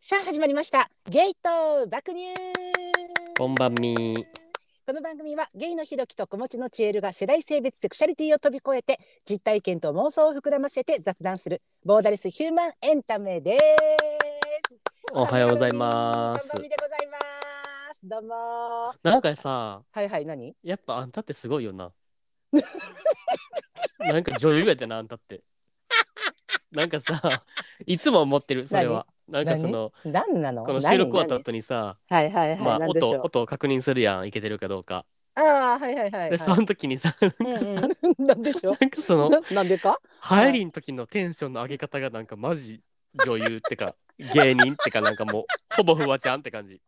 始まりましたゲイと爆乳こんばんみ。この番組はゲイのひろきと子持ちのチエルが世代性別セクシャリティを飛び越えて実体験と妄想を膨らませて雑談するボーダレスヒューマンエンタメですおはようございますこんばんみでございますどうもなんかさ、はいはい何やっぱあんたってすごい よな。なんか女優やってな、あんたって。なんかさ、いつも思ってる、それは。なんかその、何なのこの何収録終わった後にさ、何はいはいはい、まあ何でし音ょう音を確認するやん、いけてるかどうか。ああはいはいはい、はい、で、その時にさ、 うんうんなんでしょうなんかその、ななんでか入りの時のテンションの上げ方がなんかマジ女優っ てか、芸人ってかなんかもう、ほぼフワちゃんって感じ。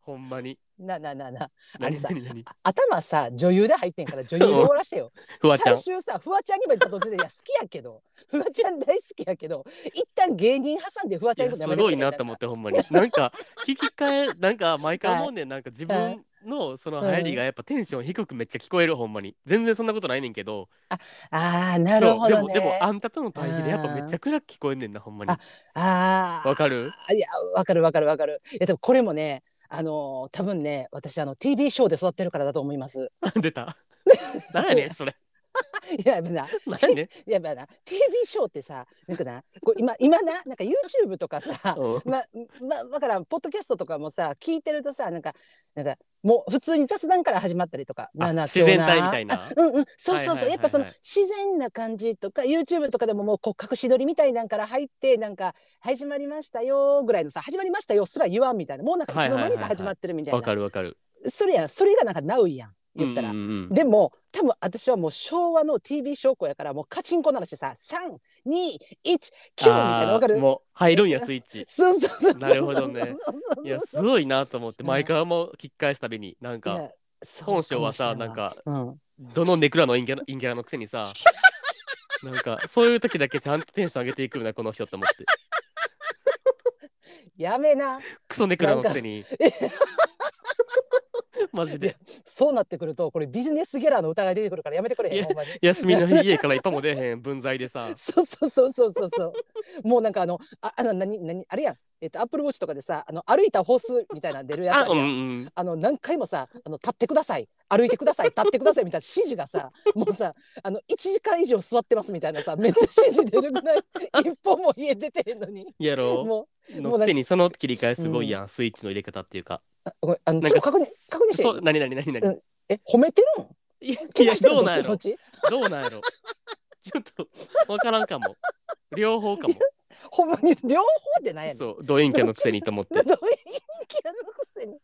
ほんまに。ななななあれ何さ何何頭さ女優で入ってんから女優で終わらしてよフワちゃん最。終さフワちゃんにも言ったとするいや好きやけど フワちゃん大好きやけど一旦芸人挟んでフワちゃんいのやことやすめてごいなと思ってほん まになんか聞き換えなんか毎回思うねんなんか自分のその流行りがやっぱテンション低くめっちゃ聞こえるほんまに全然そんなことないねんけどああなるほどねそうでもでもあんたとの対比でやっぱめっちゃ暗く聞こえんねんなほんまにあああわかるいやわかるわかるわかるいやでもこれもねあのー多分ね私あの TV ショーで育ってるからだと思います 出た何やねんそれいややっぱな何やね んやっぱな TV ショーってさなんかなこう今今ななんか YouTube とか さうんままだからんポッドキャストとかもさ聞いてるとさなんかなんかもう普通に雑談から始まったりとかなあなあ自然体今日みたいなあうんうんそうそうそう、はいはいはいはいやっぱその自然な感じとか YouTube とかでももうこう隠し撮りみたいなんから入ってなんか「始まりましたよ」ぐらいのさ「始まりましたよ」すら言わんみたいなもうなんかいつの間にか始まってるみたいな、わかるわかるそれやんそれがなんかナウやん言ったら。うんうんうんでも多分私はもう昭和の TV 証拠やからもうカチンコ鳴らしてさ321キューみたいなわかあーるもう入るんやスイ ッチそうそうそうそうなるほどねそうそうそうそういやすごいなと思って毎回もう聞き返すたびになんいかやそう本性はかさもしれなんかうん、どのネクラのインキャラインキャラのくせ にさなんかそういう時だけちゃんとテンション上げていくんだこの人って思ってやめなクソネクラのくせにマジでそうなってくるとこれビジネスギャラーの疑い出てくるからやめてくれへいんやほんまに休みの日家から一歩も出えへん分際でさそうそうそうそうそうそう もうなんかあのああの何何あれやんえっとアップルウォッチとかでさあの歩いた歩数みたいなの出るやつああるうやんんうんあの何回もさあの立ってください歩いてください立ってくださいみたいな指示が さもうさあの1時間以上座ってますみたいなさめっちゃ指示出るぐら い一歩も家出てへんのにやろもうのくせにその切り替えすごいやん、スイッチの入れ方っていうかうごめんあのなんちょかっと確認確認してそう何何何う何んえ褒めてるんいやい飛やばしてるどうどなっんちやどっちろどうなんやろちょっとわからんかも両方かもほんまに両方でなんやねんそうドインキャのくせにと思っだてどういう陰キャのくせに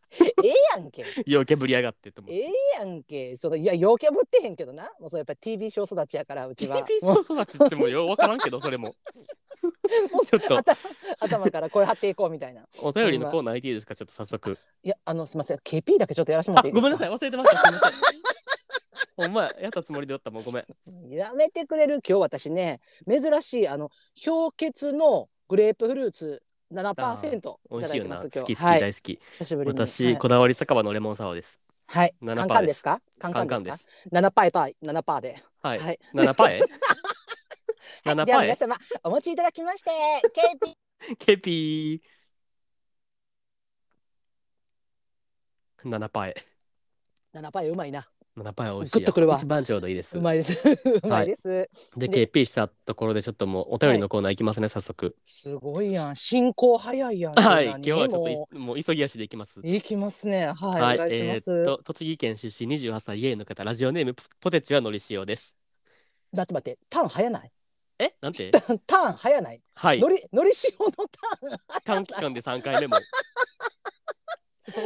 ええやんけ陽キャぶりやがってと思ってええやんけそのいや陽キャぶってへんけどなもうそうやっぱ TV 賞育ちやからうち TV はもう賞育ちってもよう分からんけどそれもちょっと頭頭から声張っていこうみたいなお便りのコーナー IT ですかちょっと早速いやあのすみません KP だけちょっとやらしてもらあっていいでごすかめんなさい忘れてましたすいませんほんまややったつもりでおったもんごめんやめてくれる今日私ね珍しいあの氷結のグレープフルーツ7%い美味たしだいいよてまなす好今日き好きはい大好き久しぶりに私こだわり酒場のレモンサワーですはい、はい、 7%カンカンですかカンカカンンでカすンかです7パー対7パーでは いはい7パーへはい7でパはー皆へ様お持ちいただきまして KP ケピー7パーへ7パーうまいな7パーへ美味しグいッとくるわ一番ちょうどいいですうまいですうまいです、でで KP したところでちょっともうお便りのコーナーいきますね早速すごいやん進行早いやんはいこんな今に日はちょっともいもう急ぎ足でいきますういきますねはい、お願いしえます、ーっと栃木県出身28歳イエイの方ラジオネームポポテチはのりしおですだって待ってターン早ないえなんてターン早ないはいのりのりしおのターン短期間で3回目も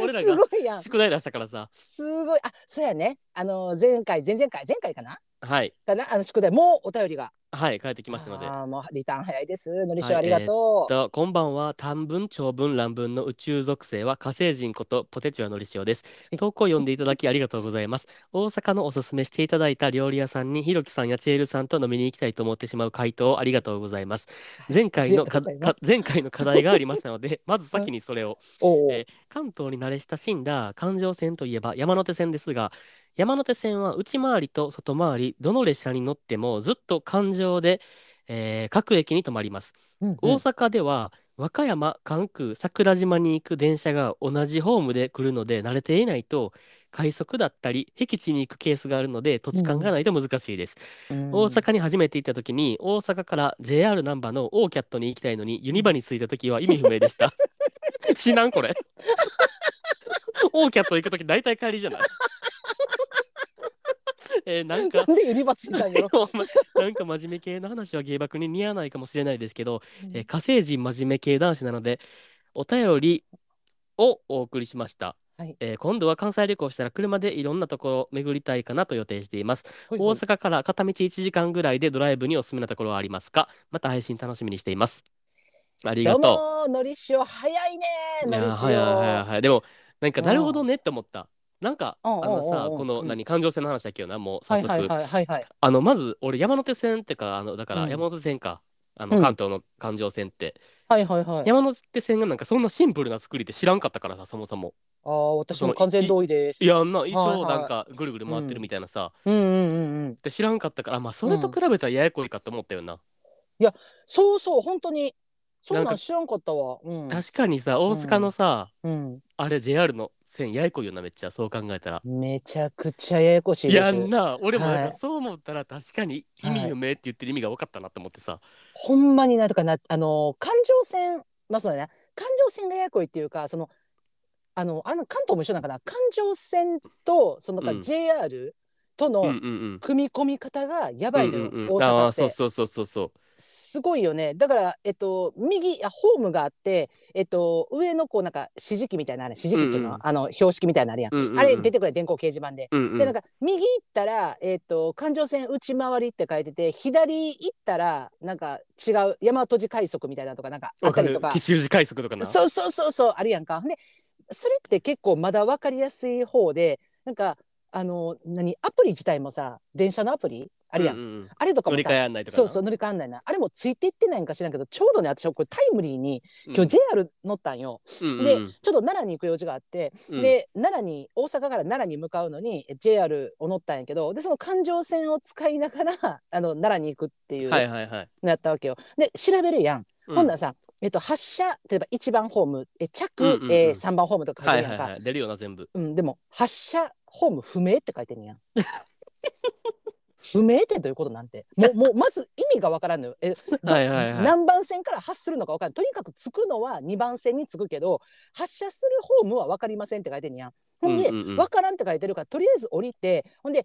俺 らすがごいやん。宿題出したからさすごい。あ、そうやね。あの前回前々回前回かなはいかなあの宿題もうお便りが。はい帰ってきましたのであーもうリターン早いです。のりしはおいありがとう。とこんばんは短文長文乱文の宇宙属性は火星人ことポテチはのりしおです投稿読んでいただきありがとうございます大阪のおすすめしていただいた料理屋さんにひろきさんやちえるさんと飲みに行きたいと思ってしまう回答ありがとうございます前回のあかりがとうございまかす前回の課題がありました のでまず先にそれをおお、えー関東に慣れ親しんだ環状線といえば山手線ですが山手線は内回りと外回りどの列車に乗ってもずっと環状で、えー各駅に止まります、うんうん大阪では和歌山、関空、桜島に行く電車が同じホームで来るので慣れていないと快速だったり僻地に行くケースがあるので土地勘がないと難しいです。うん大阪に初めて行った時に大阪から JR 難波のオーキャットに行きたいのにユニバに着いた時は意味不明で した。知らんこれ。オーキャット行く時大体帰りじ ゃないえーなんか なんでユニバついたんやろ お前なんか真面目系の話は芸爆に似合わないかもしれないですけど、 えー火星人真面目系男子なのでお便りをお送りしました、はいえー今度は関西旅行したら車でいろんなところを巡りたいかなと予定していますほいほ大い阪から片道1時間ぐらいでドライブにおすすめなところはありますかまた配信楽しみにしていますありがどうともーのりしお早いねうーいのやりしおはいはいはいはいでもなんかうんなるほどねって思ったなんかあうんうんうんうんのさこのうん何感情線の話だっけよなもうは早い速、はいはいはいはいあのまず俺山手線ってかあのだかうらん山手線か、あうのん関東の環状線って、はいはいはい山手線がなんかそんなシンプルな作りって知らんかったからさそもそもああ私も完全同意ですいやあんな一はい生はいなんかぐるぐる回ってるみたいなさ、うんうんうんうんで知らんかったからまあそれとうん比べたらややこいかと思ったよな、そうそう本当にそんななんんか知らんかったわうん確かにさ大阪のさ、うんあれ JR の線ややこいよなめっちゃそう考えたら。めちゃくちゃややこしいいでやすんな俺もなんかはいそう思ったら確かに意味不明って言ってる意味が分かったなと思ってさ、ほんまになとかなあの環状線まあそうだな環状線がややこいっていうかそのあのあの関東も一緒なんかな環状線とそのなんうんか JR とうんのうんうん組み込み方がやばいのよ、うんうん大うん、あ阪あっそうてそうそうそうそうすごいよねだからえっと右あホームがあってえっと上のこうなんか指示器みたいなのある指示器っていうのは、うんあの標識みたいなのあるやん、うんうんうんあれ出てくる電光掲示板で、うんうんでなんか右行ったら、えっと環状線内回りって書いてて左行ったらなんか違う山戸寺快速みたいなのとかなんかあわったかりるとか奇襲時快速とかなそうそうそうそうあるやんか。でそれって結構まだ分かりやすい方でなんかあの何アプリ自体もさ電車のアプリあるやん、うんうんうんあれとか乗もりさ換え案内とかなそうそう乗り換わんないなあれもついていってないんか知らんけどちょうどね私これタイムリーに今日 JR 乗ったんよ、うんでうんうんちょっと奈良に行く用事があって、うんで奈良に大阪から奈良に向かうのに JR を乗ったんやけどでその環状線を使いながら あの奈良に行くっていうはいのはいはい、やったわけよ。で調べるやん、うんほんならさ、えっと、発車例えば1番ホームえ着、うんうんうんえー、3番ホームとか書いはているやんはいか、はい出るよな全部うん、でも発車ホーム不明って書いてるや ん。不明ってどういうことなんてもうもうまず意味がわからんのよ。えはいはいはい何番線から発するのか分からんとにかく着くのは2番線に着くけど発車するホームは分かりませんって書いてんねやん。ほんで、うんうんうん分からんって書いてるからとりあえず降りてほんで、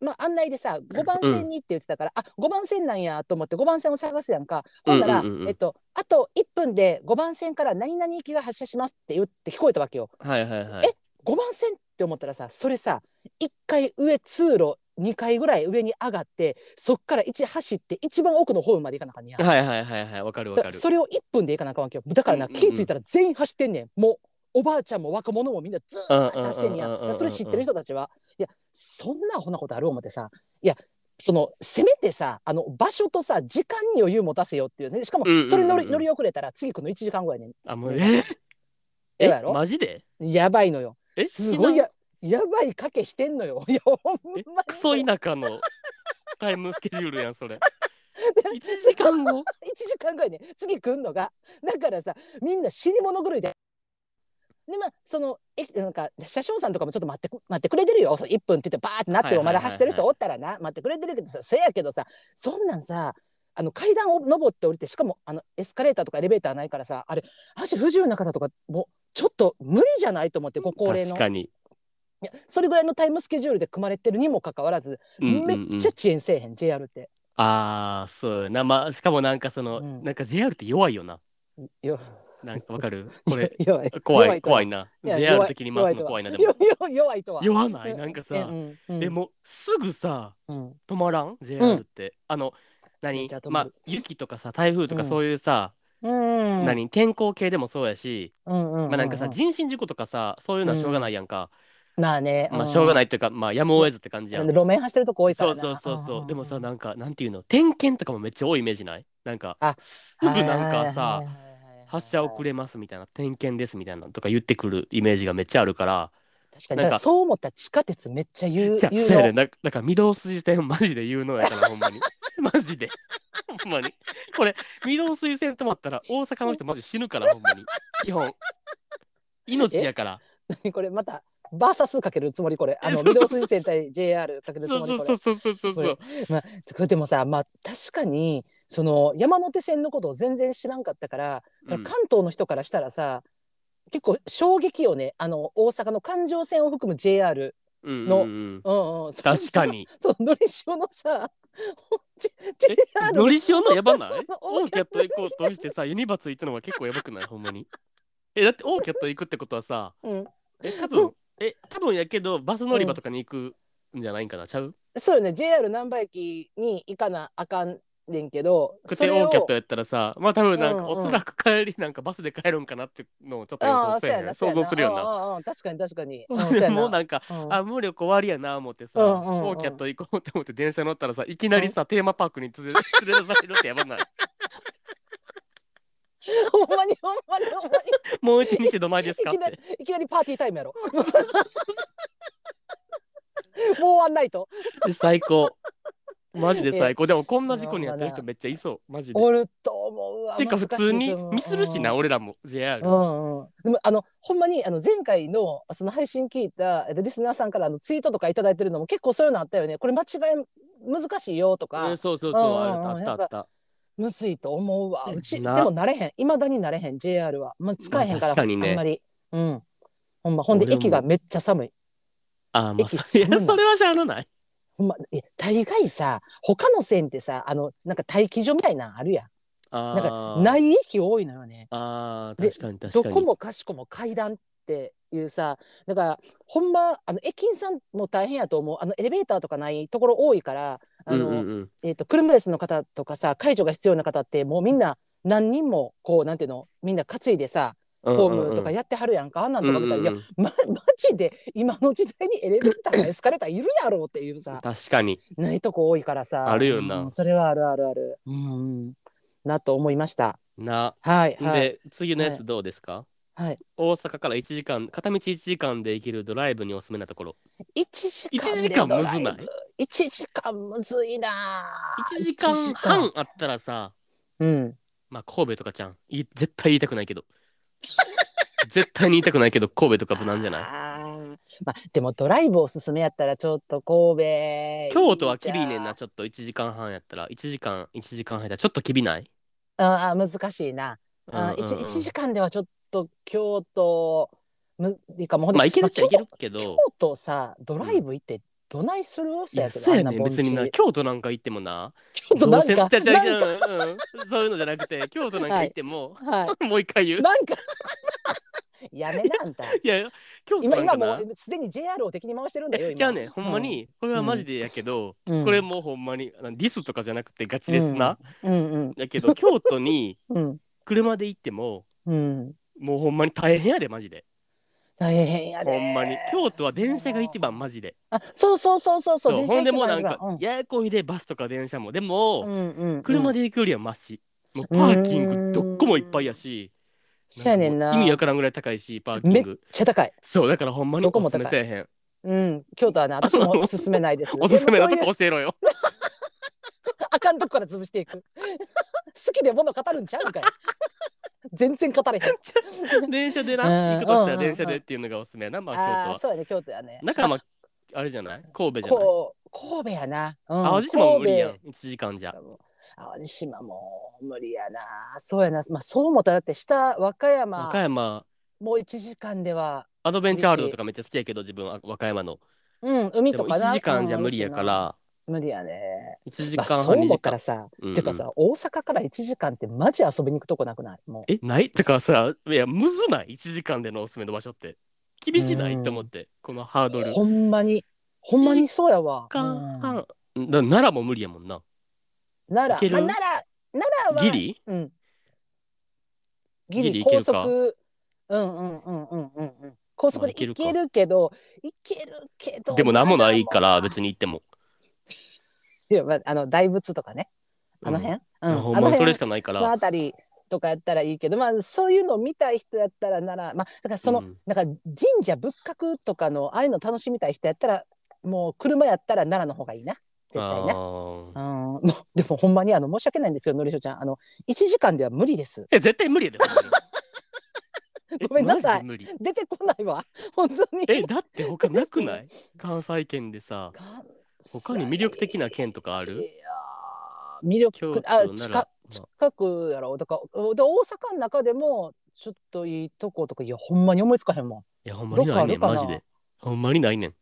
まあ、案内でさ5番線にって言ってたから、あ5番線なんやと思って5番線を探すやんかほんなら、うんうんうんうんえっと、あと1分で5番線から何々行きが発車しますって言って聞こえたわけよ。はいはいはい5番線って思ったらさそれさ1回上通路2回ぐらい上に上がってそっから1走って一番奥のホームまで行かなあかんねや。はいはいはいはいわかるわだかるそれを1分でいかなあかんわけよだからな、うんうんうん気ぃ付いたら全員走ってんねんもうおばあちゃんも若者もみんなずーっうんとうんうんうんうん走ってんねやだからそれ知ってる人たちはいやそんなアホなことある思ってさいやそのせめてさあの場所とさ時間に余裕持たせようっていうねしかもうんうんうんうんそれ乗り,、乗り遅れたら次来るの1時間後やねんあもうえやえばいやろマジでやばいのよえすごいやややばい賭けしてんのよいやほんえまクソに田 舎のタイムスケジュールやんそれ一時間後1時間ぐらいね次来んのがだからさみんな死に物狂いで。でまあ、そのえなんか車掌さんとかもちょっと待ってく待ってくれてるよそう1分って言ってバーってなってはいはもまいはいはいだ走ってる人おったらな待ってくれてるけどさせやけどさそんなんさあの階段を上って降りてしかもあのエスカレーターとかエレベーターないからさあれ足不自由な方とかもうちょっと無理じゃないと思ってご高齢確のかにいやそれぐらいのタイムスケジュールで組まれてるにもかかわらず、うんうんうんめっちゃ遅延せえへん JR って。ああそうやなまあしかもなんかそのうんなんか JR って弱いよなよなんかわかるこれ 弱い怖いとは怖いないや JR 的に回すの怖いなでも 弱いとはよよ弱いとは。弱ないなんかさうんうんえもうすぐさうん止まらん JR って、あのめ何っちゃ止ままある雪とかさ台風とかうんそういうさ、うん、何天候系でもそうやし、うんうんうん、まあなんかさ、人身事故とかさそういうのはしょうがないやんか、まあね、まあしょうがい、ないっていうかまあやむを得ずって感じやん、路面走ってるとこ多いかそらうなそうそうそんう、んんでもさなんかなんていうの点検とかもめっちゃ多いイメージないなんかあすぐなんかはいさはいはいはいはい発車遅れますみたいな点検ですみたいなのとか言ってくるイメージがめっちゃあるから確かになんかだからそう思ったら地下鉄めっちゃ有じゃあ、有そうや能ねん。だだから、御堂筋線、マジで有能 やから、ほんまに。マジで。ほんまに。これ、御堂筋線止まったら、大阪の人、マジ死ぬから、ほんまに。基本。命やから。 これまたバーサスかけるつもりこれあのそうそう御そう堂筋線対 JR かけるつそもうりこそうれそうそうそうそう。まあこれでもさまあ確かにその山手線のことを全然知らんかったからそうんの関東の人からしたらさ、結構衝撃よねあの大阪の環状線を含む JR、うんうんのうんうんうん、確かに。 そうのりしおのさえ JR のりしおのやばない のオーキャット行こうとしてさ、ユニバツ行ったのは結構やばくないほんまに。え、だってオーキャット行くってことはさ、うん、え、多分、え、多分やけど、バス乗り場とかに行くんじゃないんかなちゃうそうよね JR 難波駅に行かなあかんねんけどくそてれオをーキャットやったらさ、まあ多分なんうんか、うんおそらく帰りなんかバスで帰るんかなってのをちょっと予あ想あせそうえへやんな想像するよそうな。やうんうんうん確かに確か に、うん、そうやなもうなんか、うん あ、もう旅行終わりやな思ってうさ、んうんうんオーキャット行こうって思って電車乗ったらさ、いきなりさ、テーマパークに連れ連 れ出されるってやばない。ほんまにほんまにほんまにもう一日どないですか っいきなりて。いきなりパーティータイムやろ もうワンナイト最高。マジで最高。でもこんな事故に遭ってる人めっちゃいそう。マジで。おると思うわてか普通にミスるしな、俺俺らも JR う。んうん、でもあのほんまにあの前回のその配信聞いたえっとリスナーさんからあのツイートとか頂いただいてるのも結構そういうのあったよねこれ間違い難しいよとえかー、そうそうそう、うんうんあうんるあったあったあった。むずいと思うわうちでなもなれへんいまだになれへん JR は、まあ、使えへんから、まあ確かにねあんまり、うん、ほんまほんで俺も駅がめっちゃ寒いあー、まあ、駅そいや寒いそれはしゃあらない。ほんまえ大概さ他の線ってさあのなんか待機所みたいなんあるやんあなんーかない駅多いのよねあーで確かに確どかに。こもかしこも階段っていうさだからほんまあの駅員さんも大変やと思うあのエレベーターとかないところ多いからあの、うんうんうん、えー、と車椅子の方とかさ介助が必要な方ってもうみんな何人もこうなんていうのみんな担いでさホームとかやってはるやんか、あんなんとか見たら、うんいうんや、ま、マジで今の時代にエレベーターがエスカレーターいるやろうっていううんさ確かに。ないとこ多いからさあるよなうんそれはあるあるある、うんうん、なと思いましたな。はいで、はい次のやつどうですか、はい大阪から1時間、片道1時間で行けるドライブにおすすめなところ。 1時間1時で間ドむラずイブない1時間むずいな ?1 時間半あったらさ、うんまあ神戸とかちゃん。い絶対言いたくないけど。 絶対に言いたくないけど、神戸とか無難じゃないあーまあでもドライブおすすめやったらちょっと神戸京都はきびいねんいないじちょっと1時間半やったら1時間1時間半やったらちょっときびない、ゃんあー難しいなうんうんあうん一一時間ではちょっと京都むいいかもほんでまあいけるっちゃいけるけ京ど、京都さドライブ行ってどないするいやけどそうやあんねんな盆別にな地京都なんか行ってもな京都なんかどうせちゃちゃなんちゃうんうんそういうのじゃなく て京都なんか行っても、かは もう一回言ういなんか やめなあん たいや京都今なん今かもなうすでに JR を敵に回してるんだよえ今じゃあねほんまに、これはマジでやけど、うんこれもうほんまにあのディスとかじゃなくてガチですな、うんうんやけど京都にうん車で行ってもうんもうほんまに大変やでマジで大変やでほんまに京都は電車が一番マジであそうそうそうそうそうそう電車ほんで一もう番なんか、うんややこいでバスとか電車もでも、うんうん車でで行くよりはマシもうパーキングどっこもいっぱいやしそうやねんなかもう意味わからんぐらい高いしパーキめンっグちゃ高いそうだからほんまにどこおもすす高いめせえへんうん京都はね私も勧めないです おすすめなとでもそういう こ教えろよあかんとこから潰していく。 好きで物語るんちゃうんかい。全然語れへ ん。電車でなうん行くとしたうらんうんうん電車でっていうのがおすすめやなまあ京ああー、都はそうやね、京都やね。だからまああれじゃない神戸じゃないこう、神戸やな。うん淡路島も無理やん1時間じゃ神戸淡路島も無理やな。そうやな。まあ、そう思ったらだって下和歌和山歌山もう一時間では、アドベンチャーワールドとかめっちゃ好きやけど自分は和歌山のうん、海でともかな。 1時間じゃ無理やかうん。ら無理やね。 1時まあ、間そう半2思時った間らさ、うんうんてかさ、大阪から一時間ってマジ遊びに行くとこなくないもう。えないとかさいやむずない1時間でのおすすめの場所って厳しないうんって思ってこのハードルほんまに、ほんまにそうやわ。間うん半だ奈良も無理やもんな奈いけ良、るまあ、奈良、奈良は。ギリうん。ギリギリいけ高るか速。うんうんうんうんうんうん。高速でまあいける行かけるけど、行けるけど。でも何もないからに。別に行っても いやまああの大仏とかね。あの辺。うんほんあのまに辺それしかないからのあたりとかやったらいいけど、まあ、そういうのを見たい人やったらなら、まあ、だからその、うんなんか神社仏閣とかのああいうの楽しみたい人やったらもう車やったら奈良の方がいいな絶対あな。ーうん、 もうでもほんまにあの申し訳ないんですよのりしょちゃんあの1時間では無理ですえ絶対無理 やでほんまにえごめんなさいマジで無理出てこないわ 本当にえだって他なく ない関西圏でさ関西他に魅力的な県とかあいやるー魅京力都あな近ら近くやろだからおで大阪の中でもちょっといいとことかいやほんまに思いつかへんもいやほんまにないねんどっかあマるかなジでほんまにないねん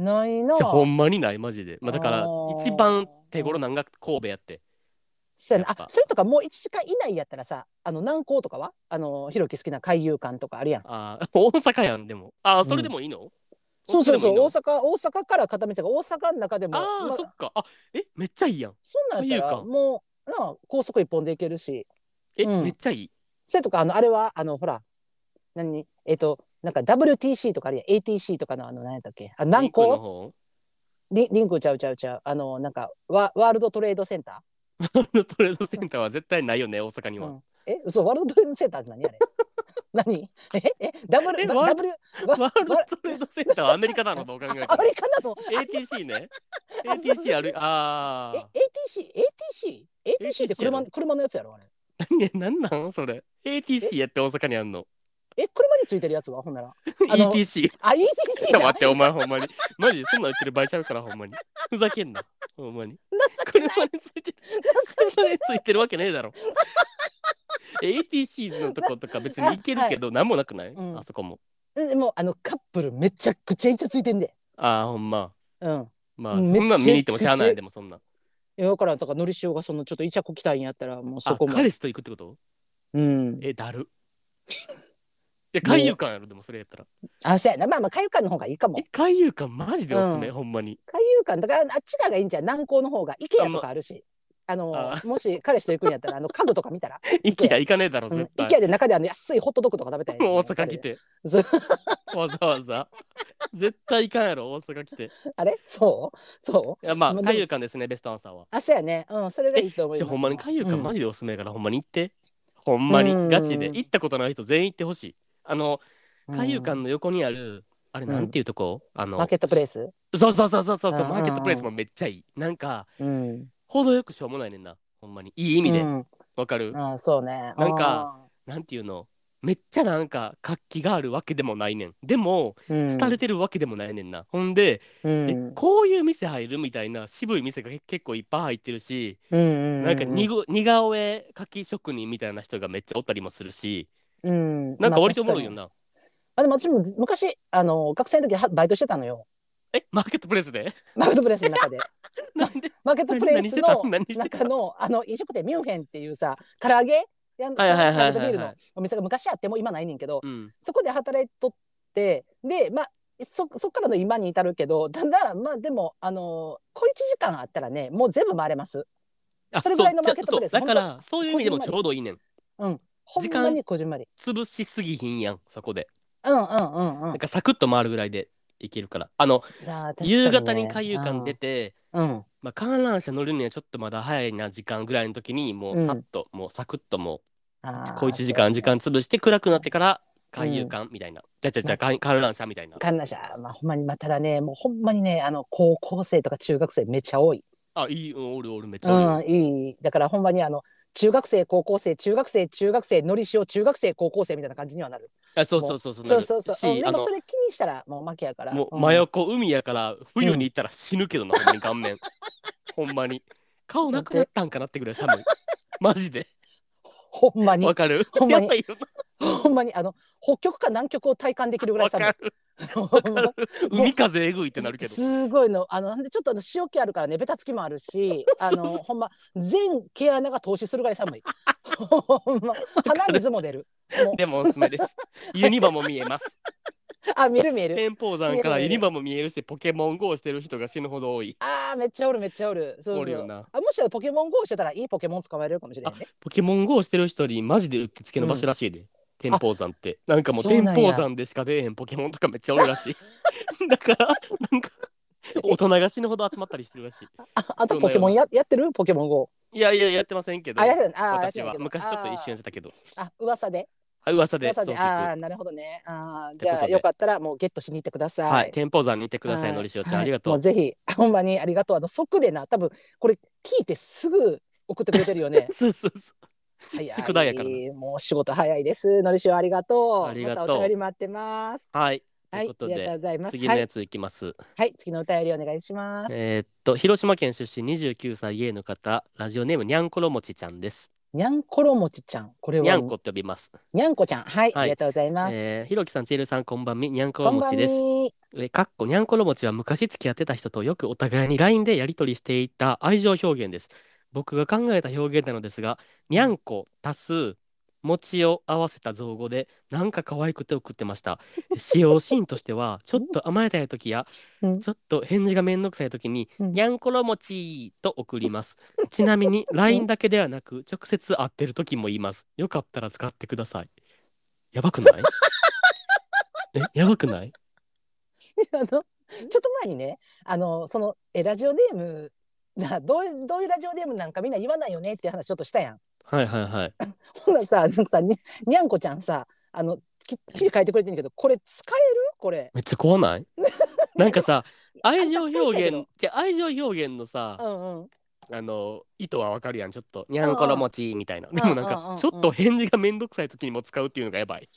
んないなじゃあほんまにないマジでまあだからあー一番手頃なんが神戸やってそうややっなぱあそれとかもう1時間以内やったらさあの南港とかはあのひろき好きな海遊館とかあるやんあー 大阪やんでもあーそれでもいいの、そうそうそう大阪でもいいの大阪大阪から片道が大阪の中でもあまあそっかあえめっちゃいいやんそんなんやった海遊ら館もうなあ高速一本で行けるしえ、うんめっちゃいいそれとかあのあれはあのほら何えっ、となんか WTC とかあるやん ATC とかのあの何やったっけあ南リンクの港方リンリンクちゃうちゃうちゃうあのなんかワワールドトレードセンタワールドトレードセンターは絶対ないよね大阪にー、は、うんえ嘘ワールドトレードセンターって何あれ 何 ええダブえルダワールブルワールドトレードセンターはアメリカだろどう考えたアらメリカなの ATC ねあそうそうそう ATC あるあえー ATC?ATC?ATC ATC で ATC や車ろ車のやつやろあれえ何なんそれ ATC やって大阪にあんのえ車についてるやつはほんな らあの ETC ちあ ETC ょだっと待 ってお前ほんまにマジでそんなん言ってる場合ちゃうからほんまにふざけんなほんまに車についてる車についてるわけねえだろ ATC のとことか別に行けるけど何もなくない、うんあそこもでもあのカップルめちゃくちゃイチャついてんで。ああほんまうん。まあそめっちんゃなん見に行ってもしゃあないでもそんなえだからだからのりしおがそのちょっとイチャこきたいんやったらもうそあこも。彼氏と行くってことうん。えだ るいや海遊館やろでもそれやったらあそうやなまあまあ海遊館の方がいいかもえ。海遊館マジでおすすめ、うんほんまに海遊館だからあっち側がいいんじゃん南港の方が IKEA とかあるし。あのあもし彼氏と行くんやったらあの家具とか見たら、行きや行かねえだろ うん、絶対、 IKEA で中であの安いホットドッグとか食べたい、大阪来てそう わざわざ絶対行かんやろ大阪来てあれそうそういやまあまあでも海遊館ですねベストアンサーはあそうやねうんそれがいいと思いますじゃあほんまに海遊館うんマジでおすすめやから、ほんまに行ってほんまにうんガチで行ったことない人全員行ってほしいあのうん海遊館の横にある、あれなんていうとこ、あのマーケットプレイスそうそうそうそうそううんうんうんマーケットプレイスもめっちゃいいなんかうん程よくしょうもないねんなほんまにいい意味でうわ、んかる、あそうねなんかなんていうのめっちゃなんか活気があるわけでもないねんでもあー廃れてるわけでもないねんな、ほんで、うえんこういう店入るみたいな渋い店が結構いっぱい入ってるし、ななんか似ご似顔絵描き職人みたいな人がめっちゃおったりもするしうん、なんかまあ割とおもろいよ。確かにな、あ、でも私もず昔、あの、学生の時はバイトしてたのよ。 えマーケットプレイスで マーケットプレイスの中で。なんでマーケットプレイスの 何何してた中の、あの、飲食店ミュンヘンっていうさ、唐揚げやん、はいはいはいはいはい唐揚げとビールのお店が昔あっても今ないねんけど、うんそこで働いとって、で、まあ、そそっからの今に至るけどだんだんまあでもあの小一時間あったらねもう全部回れますあそれぐらいのそマうーケットプレイスじゃそうだからそういう意味でもちょうどいいねんほんまにこじんまり潰しすぎひんやんそこでうんうんうんうんなんかサクッと回るぐらいでいけるからあのあー確かにね夕方に海遊館出て、うんまあ、観覧車乗るにはちょっとまだ早いな時間ぐらいの時にもううんさっと、もうサクッともあうー小1時間時間潰して暗くなってから海遊館みたいな、じゃじゃじゃ観観覧車みたいな観覧車、まあ、ほんまに、まあ、ただね、もうほんまにね、あの高校生とか中学生めっちゃ多い。あいいうんおるおるめっちうゃおるよ、ん、いい、だから、ほんまに、あの中学生、高校生、中学生、中学生、のりしお、中学生、高校生みたいな感じにはなる。あそうそうそうそうなそるうそうそう、うんしであも、のそれ気にしたら、もう負けやから。もううん真横海やから冬に行ったら死ぬけどな、ほんまに顔面ほんまに顔なくなったんかなってぐらい 寒いマジでほんまにわ、かるほんまにやばいよほんまに、あの北極か南極を体感できるぐならいわ寒かい。るほんま海風えぐいってなるけどすすごいの、あの、なんで、ちょっと、あの塩気あるからね、べたつきもあるし、あの、ほんま。全毛穴が透視するぐらい寒い。ほんま、鼻水も出る。もうでもおすすめです ユニバも見えますあ、見る見る。天保山からユニバも見えるしポケモン GO してる人が死ぬほど多いあーめっちゃおるめっちゃおる。そうそうおるよなあもしかしたらポケモン GO してたらいいポケモン捕まえれるかもしれないね。ポケモン GO してる人にマジでうってつけの場所らしいで、天保山ってなんかもうそう天なんや保山でしか出えへんポケモンとかめっちゃおるら しいだからなんか大人が死ぬほど集まったりしてるらしいああとポケモンややってるポケモン GO。いいやいや、やってませんけどあ、や。だあーやって私ないはけど昔ちょっと一瞬やっあてたけど。ーあ噂ではい、噂で。噂そうで聞あくあーなるほどねあーてじことゃあでよかったらもうゲットしに行ってくださいはい、天保山にいてください、のりしおちゃん、はありがともう。う。ぜひ、ほんまにありがとう。あの即でな、多分これ聞いてすぐ送ってくれてるよね そうそうそ早い。宿題やからもう仕事早いです。のりしおありがとう。ありがとうまたお便り待ってます。う。はい、と、はいいうこあとりがとうで。ございます。次はのいや、ついきます。はい、次のお便りお願いします。えーっと、広島県出身29歳、家の方、ラジオネームにゃんころもちちゃんです。にゃんころもちちゃん、これはにゃんこって呼びます。にゃんこちゃん、はい、はいありがとうございます。えー、ひろきさん、ちえるさん、こんばんみ、にゃんこころんもばんちです。み。えー、かっこにゃんころもちは昔付き合ってた人とよくお互いに LINE でやり取りしていた愛情表現です。僕が考えた表現なのですが、にゃんこ足すもちを合わせた造語で、なんか可愛くて送って ました。使用シーンとしては、ちょっと甘えたい時や、うんちょっと返事がめんどくさい時に、うんにゃんころもちと送ります。ちなみに LINE だけではなく、直接会ってる時も言います。よかったら使ってください。やばく ないえ、やばくない あのちょっと前にねあのそのえラジオネームなどういうどういうラジオネームなんかみんな言わないよねっていう話ちょっとしたやん。 はいはいはい。ほなさなんかさににゃんこちゃんさあのきっちり書いてくれてんけどこれ使えるこれ。めっちゃ 怖ないなんかさ愛情あんた使い表そうやけど現じゃ愛情表現のさうんうん。あの意図はわかるやんちょっとにゃんころもちみたいなでもなんうんうんうんうかんちょっと返事がめんどくさい時にも使うっていうのがや ばい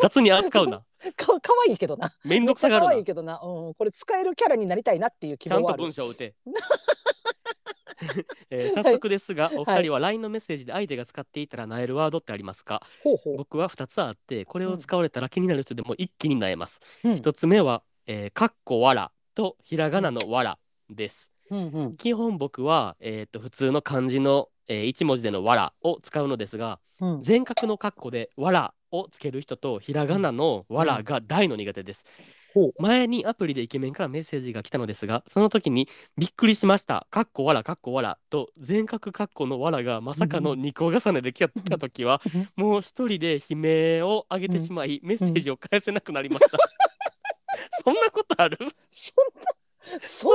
雑に扱うなか可愛いけどな。めんどくさが可る愛ないけどな。うんこれ使えるキャラになりたいなっていう希ちゃ望んはとある文。章を打 てえー早速ですが、お二人は LINE のメッセージで相手が使っていたらなえるワードってありますかほうほう。僕は2つあってこれを使われたら気になる人でも一気になえます、うん一つ目は、えー、かっこわらとひらがなのわらです。うんうん。基本僕は、えー、と普通の漢字の、えー、一文字でのわらを使うのですがうん。全角のかっこでわらをつける人とひらがなのわらが大の苦手です。ほ前にアプリでイケメンからメッセージが来たのですがその時に「びっくりしました」「かっこわらかっこわら」と全角かっこのわらがまさかの2個重ねで来た来た時はうんもう一人で悲鳴を上げてしまいメッセージを返せなくなりました。 そんなことあるそんなそん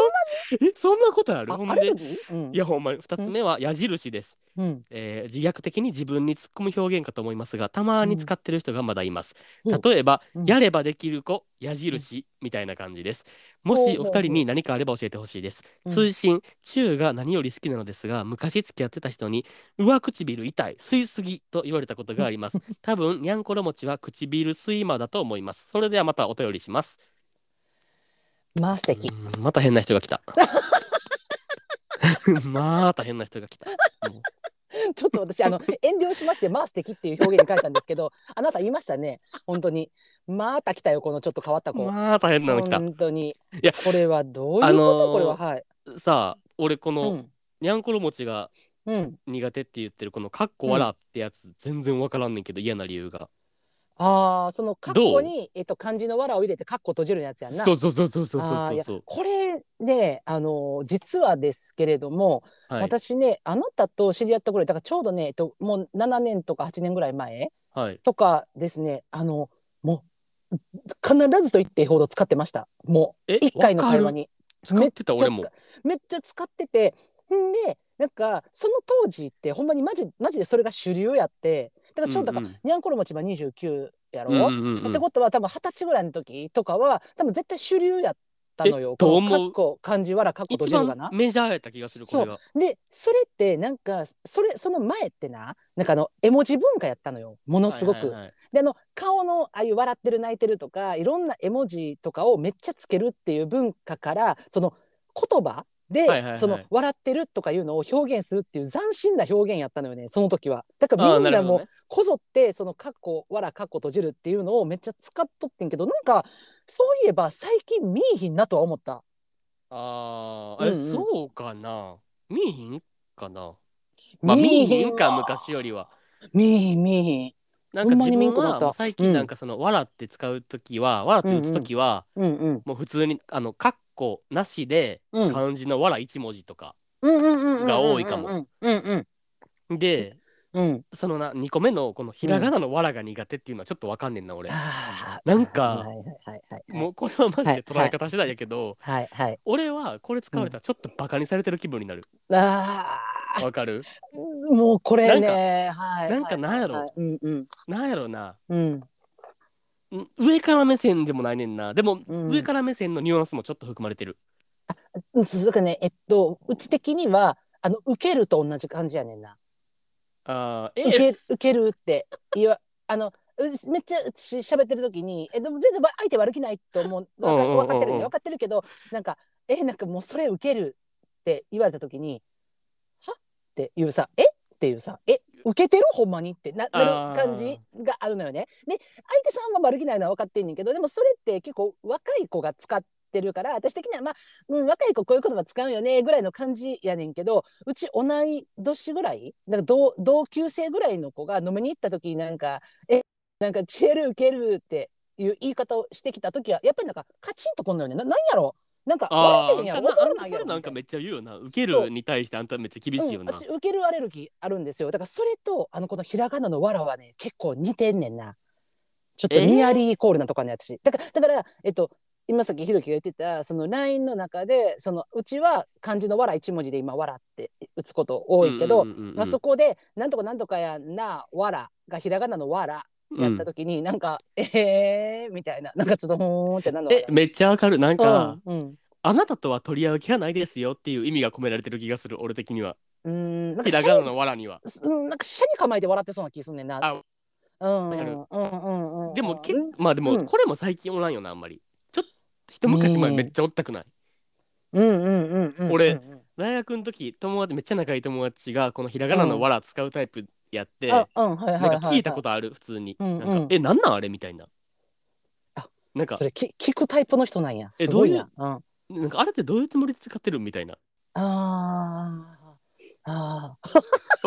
えそんなことあるほんなあアレでルギー？うんいやほんまに2つ目は矢印です、うんえー自虐的に自分に突っ込む表現かと思いますがたまに使ってる人がまだいます、うん例えば、うんやればできる子矢印みたいな感じですもほうしほおう二人に何かあれば教えてほしいです、うん通信中が何より好きなのですが昔付き合ってた人に上唇痛い吸いすぎと言われたことがあります 多分にゃんころ餅は唇吸い魔だと思いますそれではまたお便りしますまあ素敵。うんまた変な人 が来た。 また変な人が 来た。ちょっと私あ の遠慮しまして「まあ素敵っていう表現に書いたんですけどあなた言いましたね本当にまた来たよこのちょっと変わった子、また変なの来た。本当にやこれはどういうこと、あのーこれははいさあ、俺こうのんにゃんころ餅がうん苦手って言ってるこのカッコわらってやつ全然わからんねんけど嫌な理由が。ああそのカッどコうに、えっと、漢字の「わら」を入れてカッコ閉じるやつやんなそうそうそうそうそうあーいそうやそう。これねあのー実はですけれども、はい私ねあなたと知り合ったぐらいだからちょうどね、えっと、もう7年とか8年ぐらい前はい。とかですねあのもう必ずと言っていいほど使ってましたもうえ1回の会話わかるに使ってた俺もめっちゃ。使めっちゃ使っててんでなんかその当時ってほんまにマジマジでそれが主流やってだからちょうどだから、うんうんにゃんころもちば29やろ、うんうんうっんてことは多分二十歳ぐらいの時とかは多分絶対主流やったのよ。えとこ思うかっこ漢字わらかっこ閉一じるが番な。メジャーやった気がするこれが。でそれってなんかそれその前ってななんかあの絵文字文化やったのよものすごく。はいはいはいであの顔のああいう笑ってる泣いてるとかいろんな絵文字とかをめっちゃつけるっていう文化からその言葉で、はいはいはいその笑ってるとかいうのを表現するっていう斬新な表現やったのよねその時は。だからあーみんなるなほどもね。こぞってその「かっこわらかっこ閉じる」っていうのをめっちゃ使っとってんけどなんかそういえば最近見えひんなとは思った。ああ、えうんうんそうかな。見えひんかな。まあ見えひんか昔よりは。見えひん見えひん。なんかほんま自に見んく分なったは最近なんかその「わら」って使う時は「わら」って打つ時はうんうん。もう普通にあのカッコなしでうん漢字の「わら」1文字とかうんうんうんうんうんうんうんが多いかも。うんうん。でうん。そのな2個目のこのひらがなのわらが苦手っていうのはちょっとわかんねんな俺、あーなんかはいはいはいはいはい。もうこれはマジはでい捉え方次第やけど、はいはい。俺はこれ使われたらちょっとバカにされてる気分になるああ、わかるもうこれね。はい。なんかなんやろはいはいはいうんなんやろなうんうん。ん上から目線でもないねんなでも、うん上から目線のニュアンスもちょっと含まれてるうん、そうだからね、えっと、うち的には、あの、受けると同じ感じやねんな。あー受えけ、受けるって、いわ、あの。うめっちゃし喋ってる時に「えでも全然わ相手悪気ないと思う分かうんうんうんうん分かってるんで分かってるけどなんか「えなんかもうそれ受ける」って言われた時に「はっていうさ「えっていうさ「え受けてるほんまに」ってななあるー感じがあるのよね。で相手さんは悪気ないのは分かってんねんけどでもそれって結構若い子が使ってるから私的にはまあ、うん、若い子こういう言葉使うよねぐらいの感じやねんけどうち同い年ぐらいなんか同同級生ぐらいの子が飲みに行った時になんか「えなんかチエル受ける」っていう言い方をしてきた時はやっぱりなんかカチンとこんのよねななんやろなんかあ笑っーてへんやあろんたなあ笑らんたんそやれろなんかめっちゃ言うよな受けそうるに対してあんためっちゃ厳しいよう、なん私受けるアレルギーあるんですよだからそれとあのこのひらがなのわらはね結構似てんねんなちょっとえーニアリーイコールなとかのやつだからだからえっと今さっきひろきが言ってたその LINE の中でそのうちは漢字のわら一文字で今「わら」って打つこと多いけど、うんうんうんうんまあ、そこで「なんとかなんとかやんなわら」がひらがなのわらやった時になんか「えー」みたいななんかちょっとほーんってなるうのんえめっちゃわかるなんか、うんうんあなたとは取り合う気はないですよっていう意味が込められてる気がする俺的にはうんなんかひら斜がなにのわらにはうんなんか斜に構えて笑ってそうな気すんねんなあうんうわかるんうんうんでもけうんまあでうもんこれも最近おらんよなあんまりちょっと一昔前めっちゃおったくないうんうんうんうん俺うん大学の時友達めっちゃ仲いい友達がこのひらがなのわら使うタイプやって、あうんはいはいはなはいんいか聞いたことある普通に、うんうんなんかえなんなんあれみたいなあなんかそれき聞くタイプの人なんやえすごいなうんなんかあれってどういうつもりで使ってるみたいなあーあ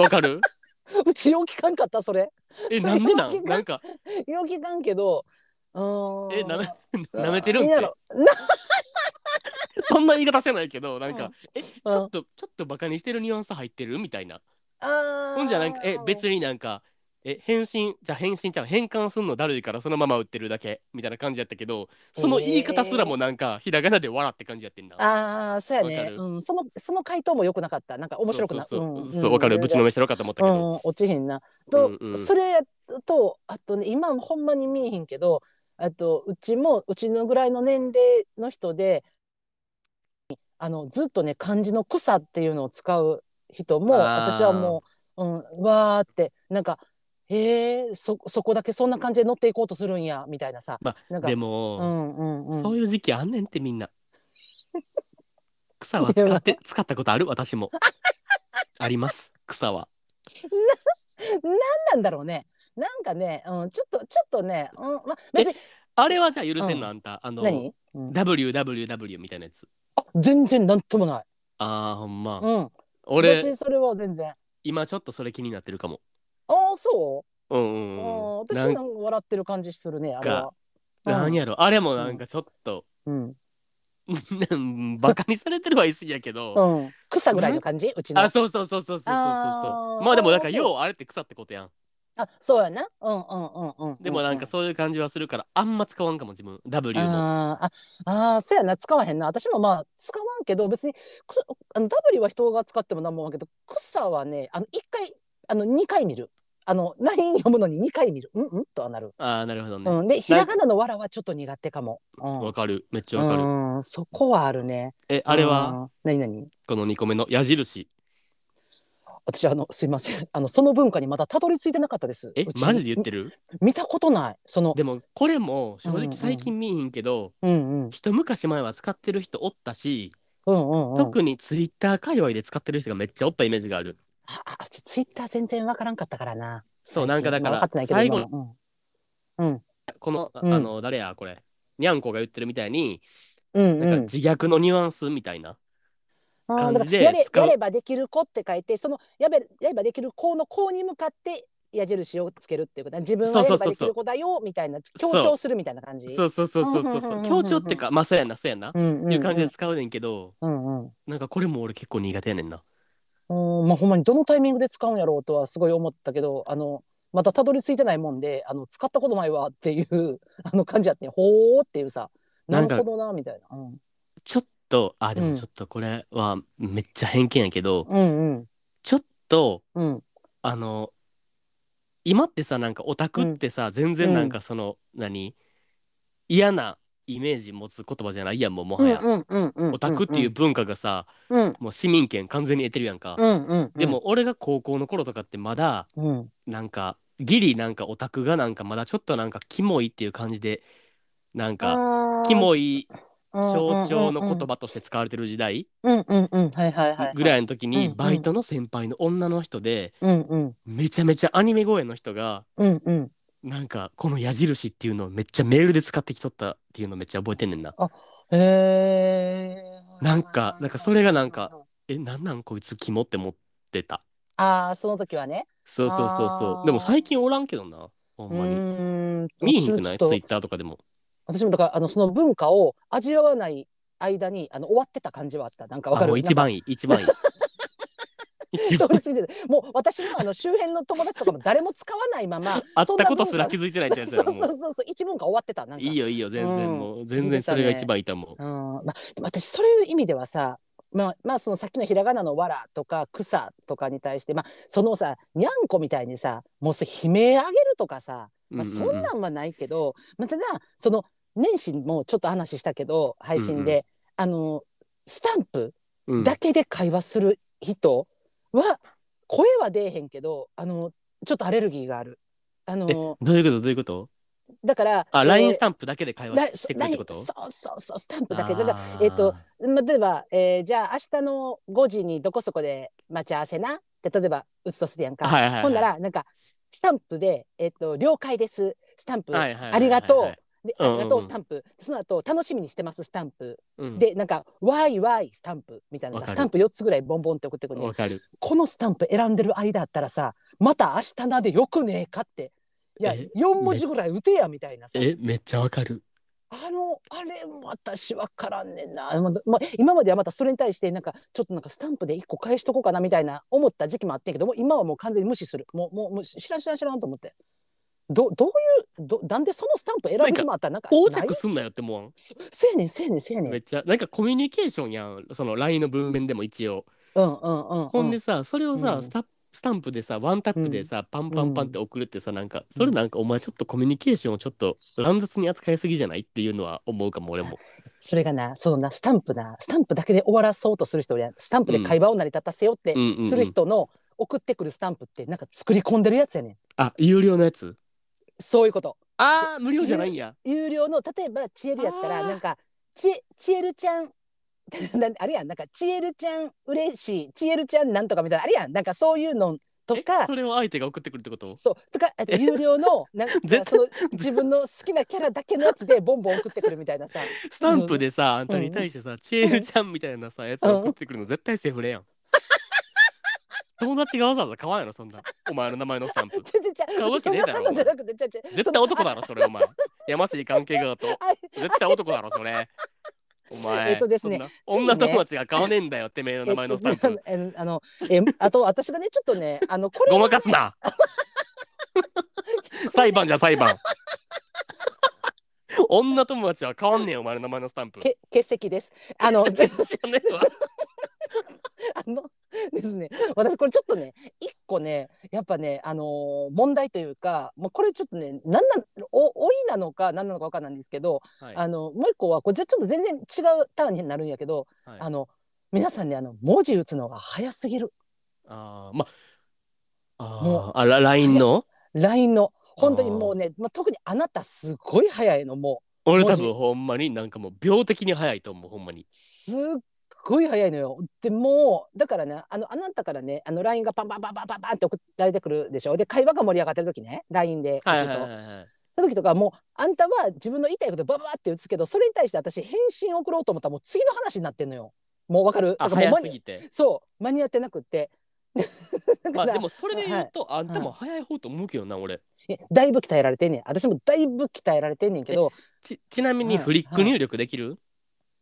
わかーる うちよう聞かんかったそれ えそれなんでなわけんがなんかよう聞かんけどうーん えなめなめてるんっいいやてろなそんな言い方してないけどなんか、うんえちょっとちょっとバカにしてるニュアンス入ってるみたいなあーほんじゃなんかえ別になんかえ返信じゃあ返信じゃう変換すんのだるいからそのまま売ってるだけみたいな感じやったけどその言い方すらもなんかひらがなで笑って感じやってんなああそうやわかねるうんそのその回答も良くなかったなんか面白くなそうそううんそうそうわかるんぶちのめしてろかと思ったけうん、ど落ちひんな。と、うんうんそれとあとね今ほんまに見えへんけどあとうちもうちのぐらいの年齢の人であのずっとね漢字の「草」っていうのを使う人もあー私はもう、うん、わーってなんか「へえそそこだけそんな感じで乗っていこうとするんや」みたいなさ。まなんかでうも、んうんうん、そういう時期あんねんってみんな草は使って使ったことある私もあります草はなんだろうねなんかね、うん、ちょっとちょっとね、うんまあ、別にあれはじゃあ許せんの、うんあんたあの何、うん、 WWW みたいなやつあ全然なんともない。あーほんま、うん、俺私それは全然。今ちょっとそれ気になってるかもああそううんううんんうん私ななんんか笑ってる感じするねあれは。なんやろあれもなんかちょっと、 うん。バカにされてるは言い過ぎやけど、うん。草ぐらいの感じうちの。ああそうそうそうそうそうそうそうあーまあでもなんかあーそうようあれって草ってことやんそうやな。うんうんうんうんうん。でもなんかそういう感じはするからあんま使わんかも自分 W もあーああーそうやな使わへんな私もまあ使わんけど別にくあの W は人が使ってもなんもわけど草はねあの一回あの二回見るあの LINE 読むのに二回見るうんうんとはなる、ああなるほどねわ、うん、でひらがなのわらはちょっと苦手かも、うん、かるめっちゃわかる、うんそこはあるねえあれはうん何何この2個目の矢印私あのすいません あのその文化にまだたどり着いてなかったですえうちマジで言ってるみ見たことないそのでもこれも正うんう直ん最近見えへんけど、うんうん一昔前は使ってる人おったし、うんうんうん特にツイッター界隈で使ってる人がめっちゃおったイメージがあるあああちツイッター全然わからんかったからなそうなんかだか分かってならいけど最後今のうんこの、あうんあの誰やこれにゃんこが言ってるみたいにうんなうんかん自虐のニュアンスみたいな、あー感だかじらでやれ使うやればできる子って書いてそのやべやればできる子の子に向かって矢印をつけるっていうことだ自分はやればできる子だよみたいな強調するみたいな感じそうそうそうそうそううんうんうんそううん強調っていうかまあそうやんなそうやんな、うんうんうんいう感じで使うねんけどうんうんなんかこれも俺結構苦手やねんなうんまあ、ほんまにどのタイミングで使うんやろうとはすごい思ったけどあのまたたどり着いてないもんであの使ったことないわっていう あの感じやってんほーっていうさななんるかほどなみたいな、うん、ちょっと、あ、でうんもちょっとこれはめっちゃ偏見やけど、うんちょっと、うんうんあの、今ってさ、なんかオタクってさ、全然なんかその、何嫌なイメージ持つ言葉じゃないやん、もうもはや。うんうんうんオタクっていう文化がさ、うんもう市民権完全に得てるやんか。うんうんでも俺が高校の頃とかってまだ、うんなんか、ギリなんかオタクがなんかまだちょっとなんかキモいっていう感じで、なんか、キモい象徴の言葉として使われてる時代うんうんうんはいはいはいぐらいの時はいにうんバイトの先輩の女の人でうんうんめちゃめちゃアニメ声の人がうんうんなんかこの矢印っていうのをめっちゃメールで使ってきとったっていうのめっちゃ覚えてんねんな。へえなんかなんかそれがなんかえなんなんこいつキモって思ってた。ああその時はねそうそうそうあそーう。でも最近おらんけどな。ほうんまに。ーん見えへんくちょないっとツイッターとかでも。私もだからあのその文化を味わわない間にあの終わってた感じはあったなんかわかあるもう一番いい 一番いい。一通番り過ぎててもう私のあの周辺の友達とかも誰も使わないま ま会ったことすら気づいづいててないってやつやそろうそもうそうそうそう一文化終わってたなんう。かいいよいいよ全うん然もう全過ぎ然てたそねれが一番いいと思う。うんまあ、でも私そういう意味ではさまあ、まあそのさっきのひらがなの「わら」とか「草」とかに対して、まあ、そのさにゃんこみたいにさもうそれ悲鳴あげるとかさ、まあ、ううそうんなんはないけど、まあ、ただその年始もちょっと話したけど配信で、あのスタンプうんだけで会話する人は、声は出えへんけどあのちょっとアレルギーがある。あのどういうことどういうことだからあ、ラインスタンタンプだけで会話してくれるってことそうそうそうスタンプだけだからあーえっとまあ、例えば、えーじゃあ明日の5時にどこそこで待ち合わせなって例えば打つとするやんか、はいはいはいほんならなんかスタンプで、えっと「了解です」スタンプ、はいはいはいはいありがとうはいで「うんうんありがとう」スタンプその後楽しみにしてます」スタンプ、うんでなんか「わいわい」スタンプみたいなわさかスるタンプ4つぐらいボンボンって送ってくるねわかる。このスタンプ選んでる間あったらさまた明日なでよくねえかっていやえ4文字ぐらい打てやみたいなさえ、めっちゃわかる。あのあれ私わからんねんな、まま今まではまたそれに対してなんかちょっとなんかスタンプで一個返しとこうかなみたいな思った時期もあってんけどもう今はもう完全に無視するもうもうもう知らん知らん知らんと思ってどどういうどなんでそのスタンプ選ぶ日もあったらなんか横ない着すんなよって思わん。そせやねんせやねんせやねんめっちゃ、なんかコミュニケーションやん。その LINE の文面でも一応。うんうんうんうんほんでさ、それをうさ、んスタスタンプでさ、ワンタップでさ、パンパンパンって送るってさ、なんか、それなんかお前ちょっとコミュニケーションをちょっと乱雑に扱いすぎじゃないっていうのは思うかも、俺も。それがなそのなスタンプなスタンプだけで終わらそうとする人やスタンプで会話を成り立たせようってうんうんうんする人の送ってくるスタンプってなんか作り込んでるやつやねんあ、有料のやつそういうことあー、無料じゃないんや。有料の例えばチエルやったあらーなんかちえちえるちゃん なんあれやんなんかちえるちゃん嬉しいちえるちゃんなんとかみたいなあれやんなんかそういうのとえかそれを相手が送ってくるってことそうとかあと有料の なんか絶対その自分の好きなキャラだけのやつでボンボン送ってくるみたいなさ スタンプでさ、あんたに対してさ、チエルちゃんみたいなさ、やつを送ってくるの絶対セフレやん。 友達がわざわざ買わんやろ、そんな。お前の名前のスタンプ。ちゃちゃちゃ買うわ けそんねえだなろのじゃなくてちゃちゃ絶対男だろ、それ、お前。やましい関係があると。あ絶対男だろ、それ。お前、えっとですねそんな女友達が買わねえんだよ、てめえの名前のスタンプ。え っとあのえあと私がねちょっとねあのこれごまか すな裁判じゃ、裁判。女友達は買わんねえ、お前の名前のスタンプ。け欠席ですあ の やんないわあのですね、私これちょっとね一個ねやっぱね、あのー問題というか、まあ、これちょっとね何なんお老いなのか何なのか分かんないんですけど、はいあのもう一個はこれじゃちょっと全然違うターンになるんやけど、はいあの皆さんねあの文字打つのが早すぎるあーまあもーあら LINE の LINE の本当にあーもうね、まあ、特にあなたすごい早いのもう俺文多字分ほんまになんかもう病的に早いと思うほんまにすっごい早いのよ。でもうだからねあのあなたからねあの LINE がパンパンパンパンパンパンって送られてくるでしょで会話が盛り上がってる時ね LINE で。はいちょっはいとはいはいその時とかもうあんたは自分の言いたいことバババって打つけどそれに対して私返信送ろうと思ったらもう次の話になってんのよ。もうわかるあだからもう間早すにぎてそう間に合ってなくって だまかあら、でもそれで言うとあんたも早い方と思うけどな俺いやだいぶ鍛えられてんねん私もだいぶ鍛えられてんねんけどちちなみにはいフリック入力できる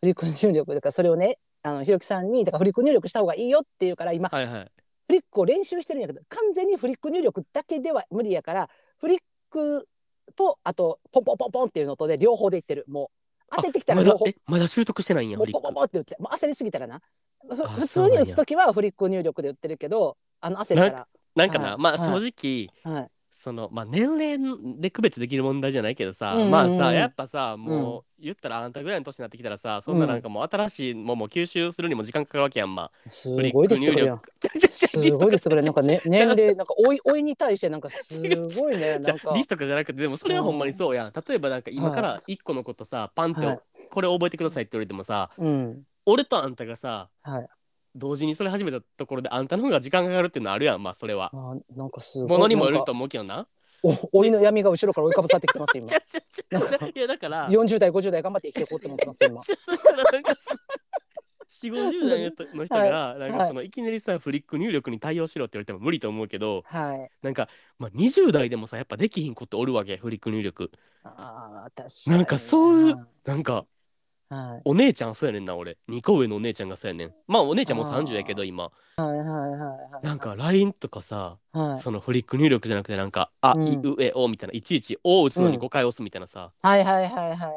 フリック入力だからそれをねあのひろきさんにだからフリック入力した方がいいよっていうから今はいはいフリックを練習してるんやけど完全にフリック入力だけでは無理やからフリックとあとポンポンポンポンっていうのとで両方でいってるもう焦ってきたらま両だ方えまだ習得してないんやもフうリポポッポって打ってもう焦りすぎたらなふあ普通そうなんにや打つ時はフリック入力で打ってるけどあの焦ったらなんかなはいまあは正い直はいそのまあ年齢で区別できる問題じゃないけどうんさ、うんうんまあさやっぱさもうう言ったらあんたぐらいの年になってきたらさ、そんななんかもう新しいもんも吸収するにも時間かかるわけやんま。すフリッごいクです入よこれやん力。ちゃちゃちす ゃリストごいでかすこれなんかね年齢なんか老い老いに対してなんかすごいね じなんゃあかリストとかじゃなくてでもそれはほんまにそうやん、例えばなんか今から一個のことさパンって、はいこれ覚えてくださいって言われてもさうん俺とあんたがさはい同時にそれ始めたところであんたの方が時間がかかるっていうのはあるやんまあそれはあーなんかすごいものにもよなるんとか思うけどなお老いの闇が後ろから追いかぶさってきてます 今ちゃちゃちゃいやだから40代50代頑張って生きていこうと思ってます 今ちょっとなんか四五十代の人がなんかそのいきなりさフリック入力に対応しろって言われても無理と思うけどはいなんかまあ20代でもさやっぱできひんことおるわけフリック入力あー確なんかそういうはなんかはいお姉ちゃんそうやねんな俺2個上のお姉ちゃんがそうやねんまあお姉ちゃんもうあー30やけど今はいはいはいはいなんか LINE とかさはいそのフリック入力じゃなくてなんか「あ、うんい、う、え、お」みたいないちいち「お」を打つのにうん5回押すみたいなさ、はいはいはいはいはい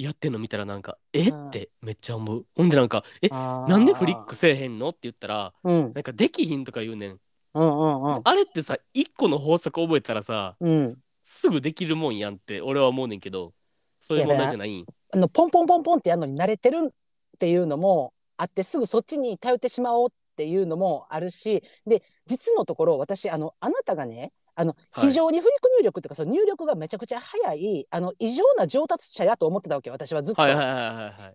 やってんの見たらなんか「えっ?」うんてめっちゃ思うほんでなんか「えあーなんでフリックせえへんの?」って言ったらうんなんか「できひん」とか言うねんうんうんうんあれってさ1個の法則覚えたらさうんすぐできるもんやんって俺は思うねんけどそういう問題じゃないんあのポンポンポンポンってやるのに慣れてるっていうのもあってすぐそっちに頼ってしまおうっていうのもあるしで実のところ私あのあなたがねあのはい非常にフリック入力というか、その入力がめちゃくちゃ早いあの異常な上達者やと思ってたわけ私はずっと。はいはいはいは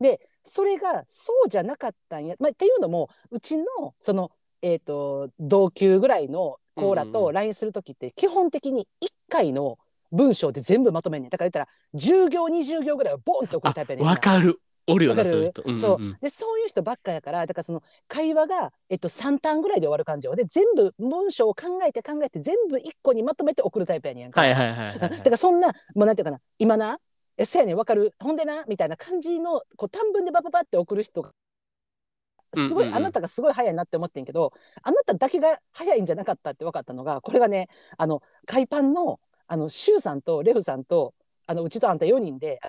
いはいそれがそうじゃなかったんや、まあ、っていうのもうちのその、えー、と同級ぐらいの子らうんうんうとん LINE する時って基本的に1回の文章で全部まとめんねんだから言ったら10行20行ぐらいをボンと送るタイプやねんあわかるおるよなわかそるういう人んんんそうでそういう人ばっかやからだからその会話が、えっと、3ターンぐらいで終わる感じよで全部文章を考えて考えて全部1個にまとめて送るタイプやねんか、はいはいはいはいはだ いからそんなもうなんていうかな今なえそうやねんわかるほんでなみたいな感じのこう短文でバババって送る人がすごい、うんうんうんあなたがすごい早いなって思ってんけどあなただけが早いんじゃなかったって分かったのがこれがねあの海パンのあのシュウさんとレフさんとあのうちとあんた4人で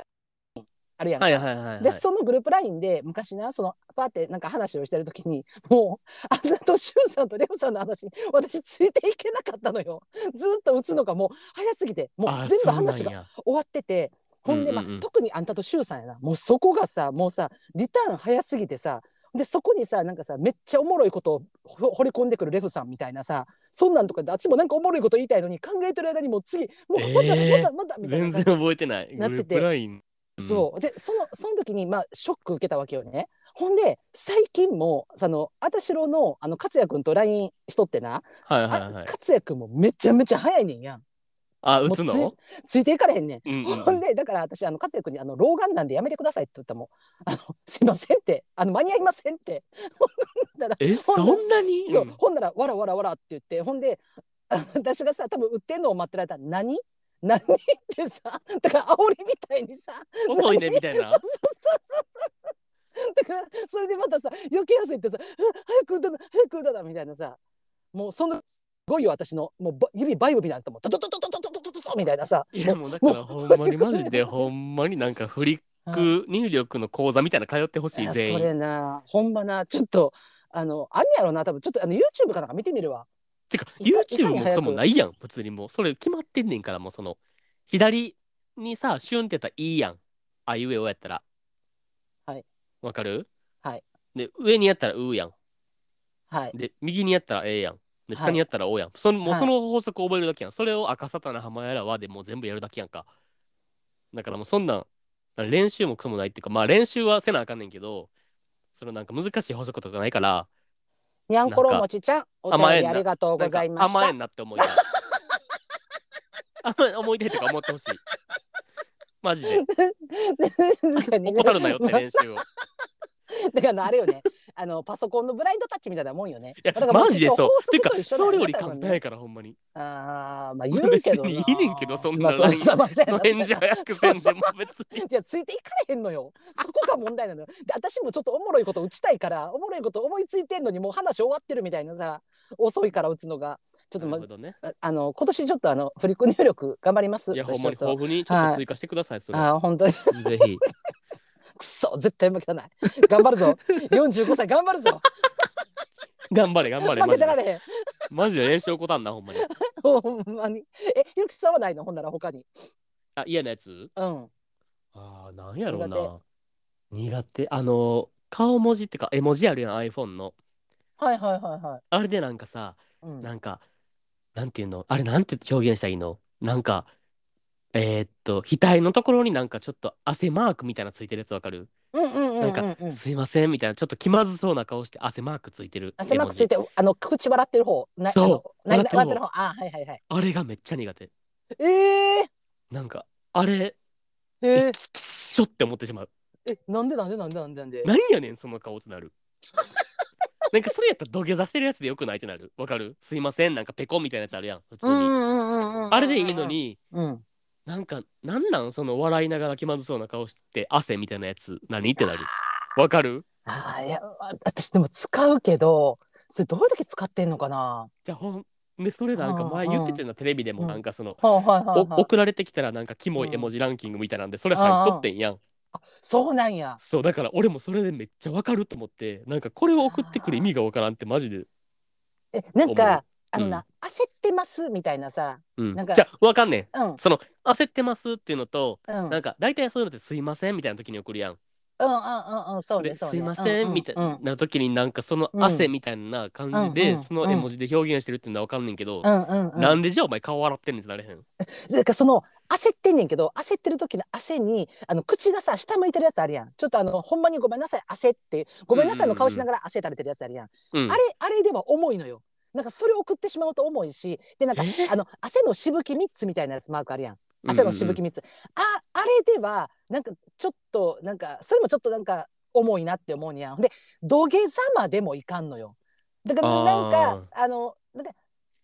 あるやんか。はいはいはいはいでそのグループラインで昔なそのパーってなんか話をしてる時にもうあんなとしゅんさんとレオさんの話私ついていけなかったのよずっと打つのがもう早すぎてもあう全部そうなん話がや終わっててほんで、まあうんうんうん特にあんたとしゅんさんやなもうそこがさもうさリターン早すぎてさでそこにさなんかさめっちゃおもろいことをほ掘り込んでくるレフさんみたいなさそんなんとかであっちもなんかおもろいこと言いたいのに考えてる間にもう次もうまた、えーまたまたみたいな全感じ然覚えてない。なっててグループライン。そうでそのその時にまあショック受けたわけよね。ほんで最近もそのあたしろのあの勝也君と LINE しとってな、うん。はいあはいはい。勝也君もめちゃめちゃ早いねんやんあ、 打つのもついていかれへんねん。うんうんほんでだから私あの勝也君にあの老眼なんでやめてくださいって言ったもんあのすいませんってあの間に合いませんってえ、そんなにそううんほんならわらわらわらって言ってほんであ私がさ多分売ってんのを待ってられたら何何ってさだから煽りみたいにさ遅いねみた いそうそうそうそうな。そうだからそれでまたさ余計焦ってさ「あ早く歌だ早く歌だ」みたいなさもうそのすごいよ私のもうば指バイブみたいなともうドドドドドドドドドドみたいなさいやもうだからほんまにマジでほんまになんかフリック入力の講座みたいなの通ってほしいあ全そ員。れなほんまなちょっとあのあんねやろな多分ちょっとあの YouTube かなんか見てみるわてかいか YouTube いかにも早そくもないやん普通にもうそれ決まってんねんからもうその左にさシュンってやったらいいやん。あいうえおやったら。はい。わかるはい。で上にやったらうやん。はいで右にやったらええやんはでい下にやったらおやん、そのもうはいその法則を覚えるだけやん、それを赤サタナ浜やらはでもう全部やるだけやんかだからもうそんなん練習もクソもないっていうかまあ練習はせなあかんねんけどそのなんか難しい法則とかないからにゃんころもちちゃんお便甘えんりなありがとうごなんかざいまし甘えたんなって思 いたい甘え思い出とか思ってほしいマジで確かにね怠るなよって練習をだからあのあれよねあのパソコンのブラインドタッチみたいなもんよね。いやだからマジでそうも法。て則かと一緒だそよれねより簡多分単ねやからほ んまに。ああまあ言うけどな。別にいいねんけどそんなまあそれさまあそうやな の返事早くせんでも別に。いやついていかれへんのよそこが問題なのよで私もちょっとおもろいこと打ちたいからおもろいこと思いついてんのにもう話終わってるみたいなさ遅いから打つのがちょっと、なまるほどね。ああの今年ちょっとあの振り子入力頑張りますいや私ほんまにちょ豊っと富にちょっと追加してくださいそれ。ああ本当に ぜひ。くそ絶対負けたない頑張るぞ45歳頑張る ぞ頑張れ頑張れ負マけジてらで。れへん マジで練習起こたんなほんまに。ほんまにえひろきさんはないのほんなら他にあ嫌なやつ？うんああなんやろうな。苦手あの顔文字ってか絵文字あるやん iPhone の。はいはいはいはいあれでなんかさ、うんなんか、なんていうの、あれなんて表現したらいいのなんか、えーっと、額のところになんかちょっと汗マークみたいなついてるやつわかるうんうんうんうんうなんんかすいませんみたいな、ちょっと気まずそうな顔して汗マークついてる汗まくつい絵文字。てあの口笑ってる方なそうあのな笑っ笑っててるる方あはいはいはいあれがめっちゃ苦手。ええなんか、あれ、えええきっしょって思ってしまう。えなんでなんでなんでなんでなんでなんやねん、その顔ってなる。 なんかそれやったら土下座してるやつでよくないってなる。わかるすいません、なんかペコみたいなやつあるやん、普通うんに。うんうんうんあれでいいのに、うんなんか、なんなんその笑いながら気まずそうな顔して汗みたいなやつ何ってなるわかるあーいや私でも使うけどそれどういう時使ってんのかなじゃあほんでそれなんか前言ってたよなテレビでもなんかその、はいはいはい、おはい、送られてきたらなんかキモい絵文字ランキングみたいなんでそれ入っとってんやんそうなんやそうだから俺もそれでめっちゃわかると思ってなんかこれを送ってくる意味がわからんってマジでえなんかあ思のうな、焦ってますみたいなさうんなんかじゃあわかんねんうんその焦ってますっていうのとうんうんうなんんか大体そういうのってすいませんみたいな時に送るやんうんうんそうねでそうすねいませうんみたいうんな時になんかそのうん汗みたいな感じうでんうんその絵文字で表現してるっていうのはわかんねんけどうんうんうんなんでじゃあお前顔笑ってんねんってなれへんなんかその焦ってんねんけど焦ってる時の汗にあの口がさ下向いてるやつあるやんちょっとあのほんまにごめんなさい汗ってごめんなさいの顔しながら汗垂れてるやつあるやん,、うんあれあれでは重いのよなんかそれを送ってしまうと重いしでなんかえあの汗のしぶき3つみたいなやつマークあるやん汗のしぶき3つ、ああれではなんかちょっとなんかそれもちょっとなんか重いなって思うにやんで土下座までもいかんのよだからなんかあのなんか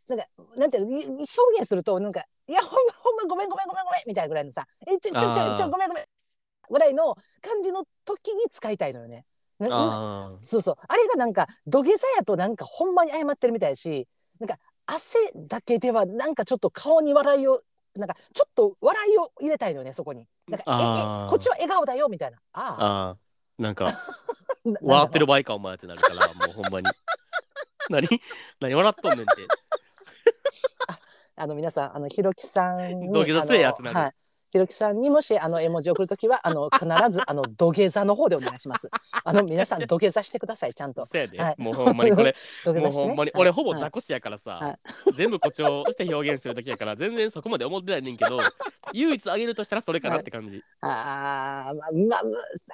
なんかなんていうのい表現するとなんかいやほんまほんまごめんごめんごめんごめんみたいなぐらいのさえちょちょちあょーちょごめんごめんぐらいの感じの時に使いたいのよね。なうんあーそうそうあれがなんか土下座やとなんかほんまに謝ってるみたいやしなんか汗だけではなんかちょっと顔に笑いをなんかちょっと笑いを入れたいのよねそこに。なんかえあーえこっちは笑顔だよみたいな。ああーなんかあな笑ってなんだろる場合かお前ってなるからもうほ んまに何何笑っとんねんってうあの皆さんあのひろきさんに土下座せえやってなるあのはいひろきさんにもしあの絵文字を送るときはあの必ずあの土下座の方でお願いします。あの皆さん土下座してくださいちゃんとそやではいもうほんまにこれ土下も座うして、ね。ほんまにはい俺ほぼはい雑魚視やからさは全部誇張して表現してる時やから全然そこまで思ってないねん けど唯一あげるとしたらそれかなって感じあーまあまあまあ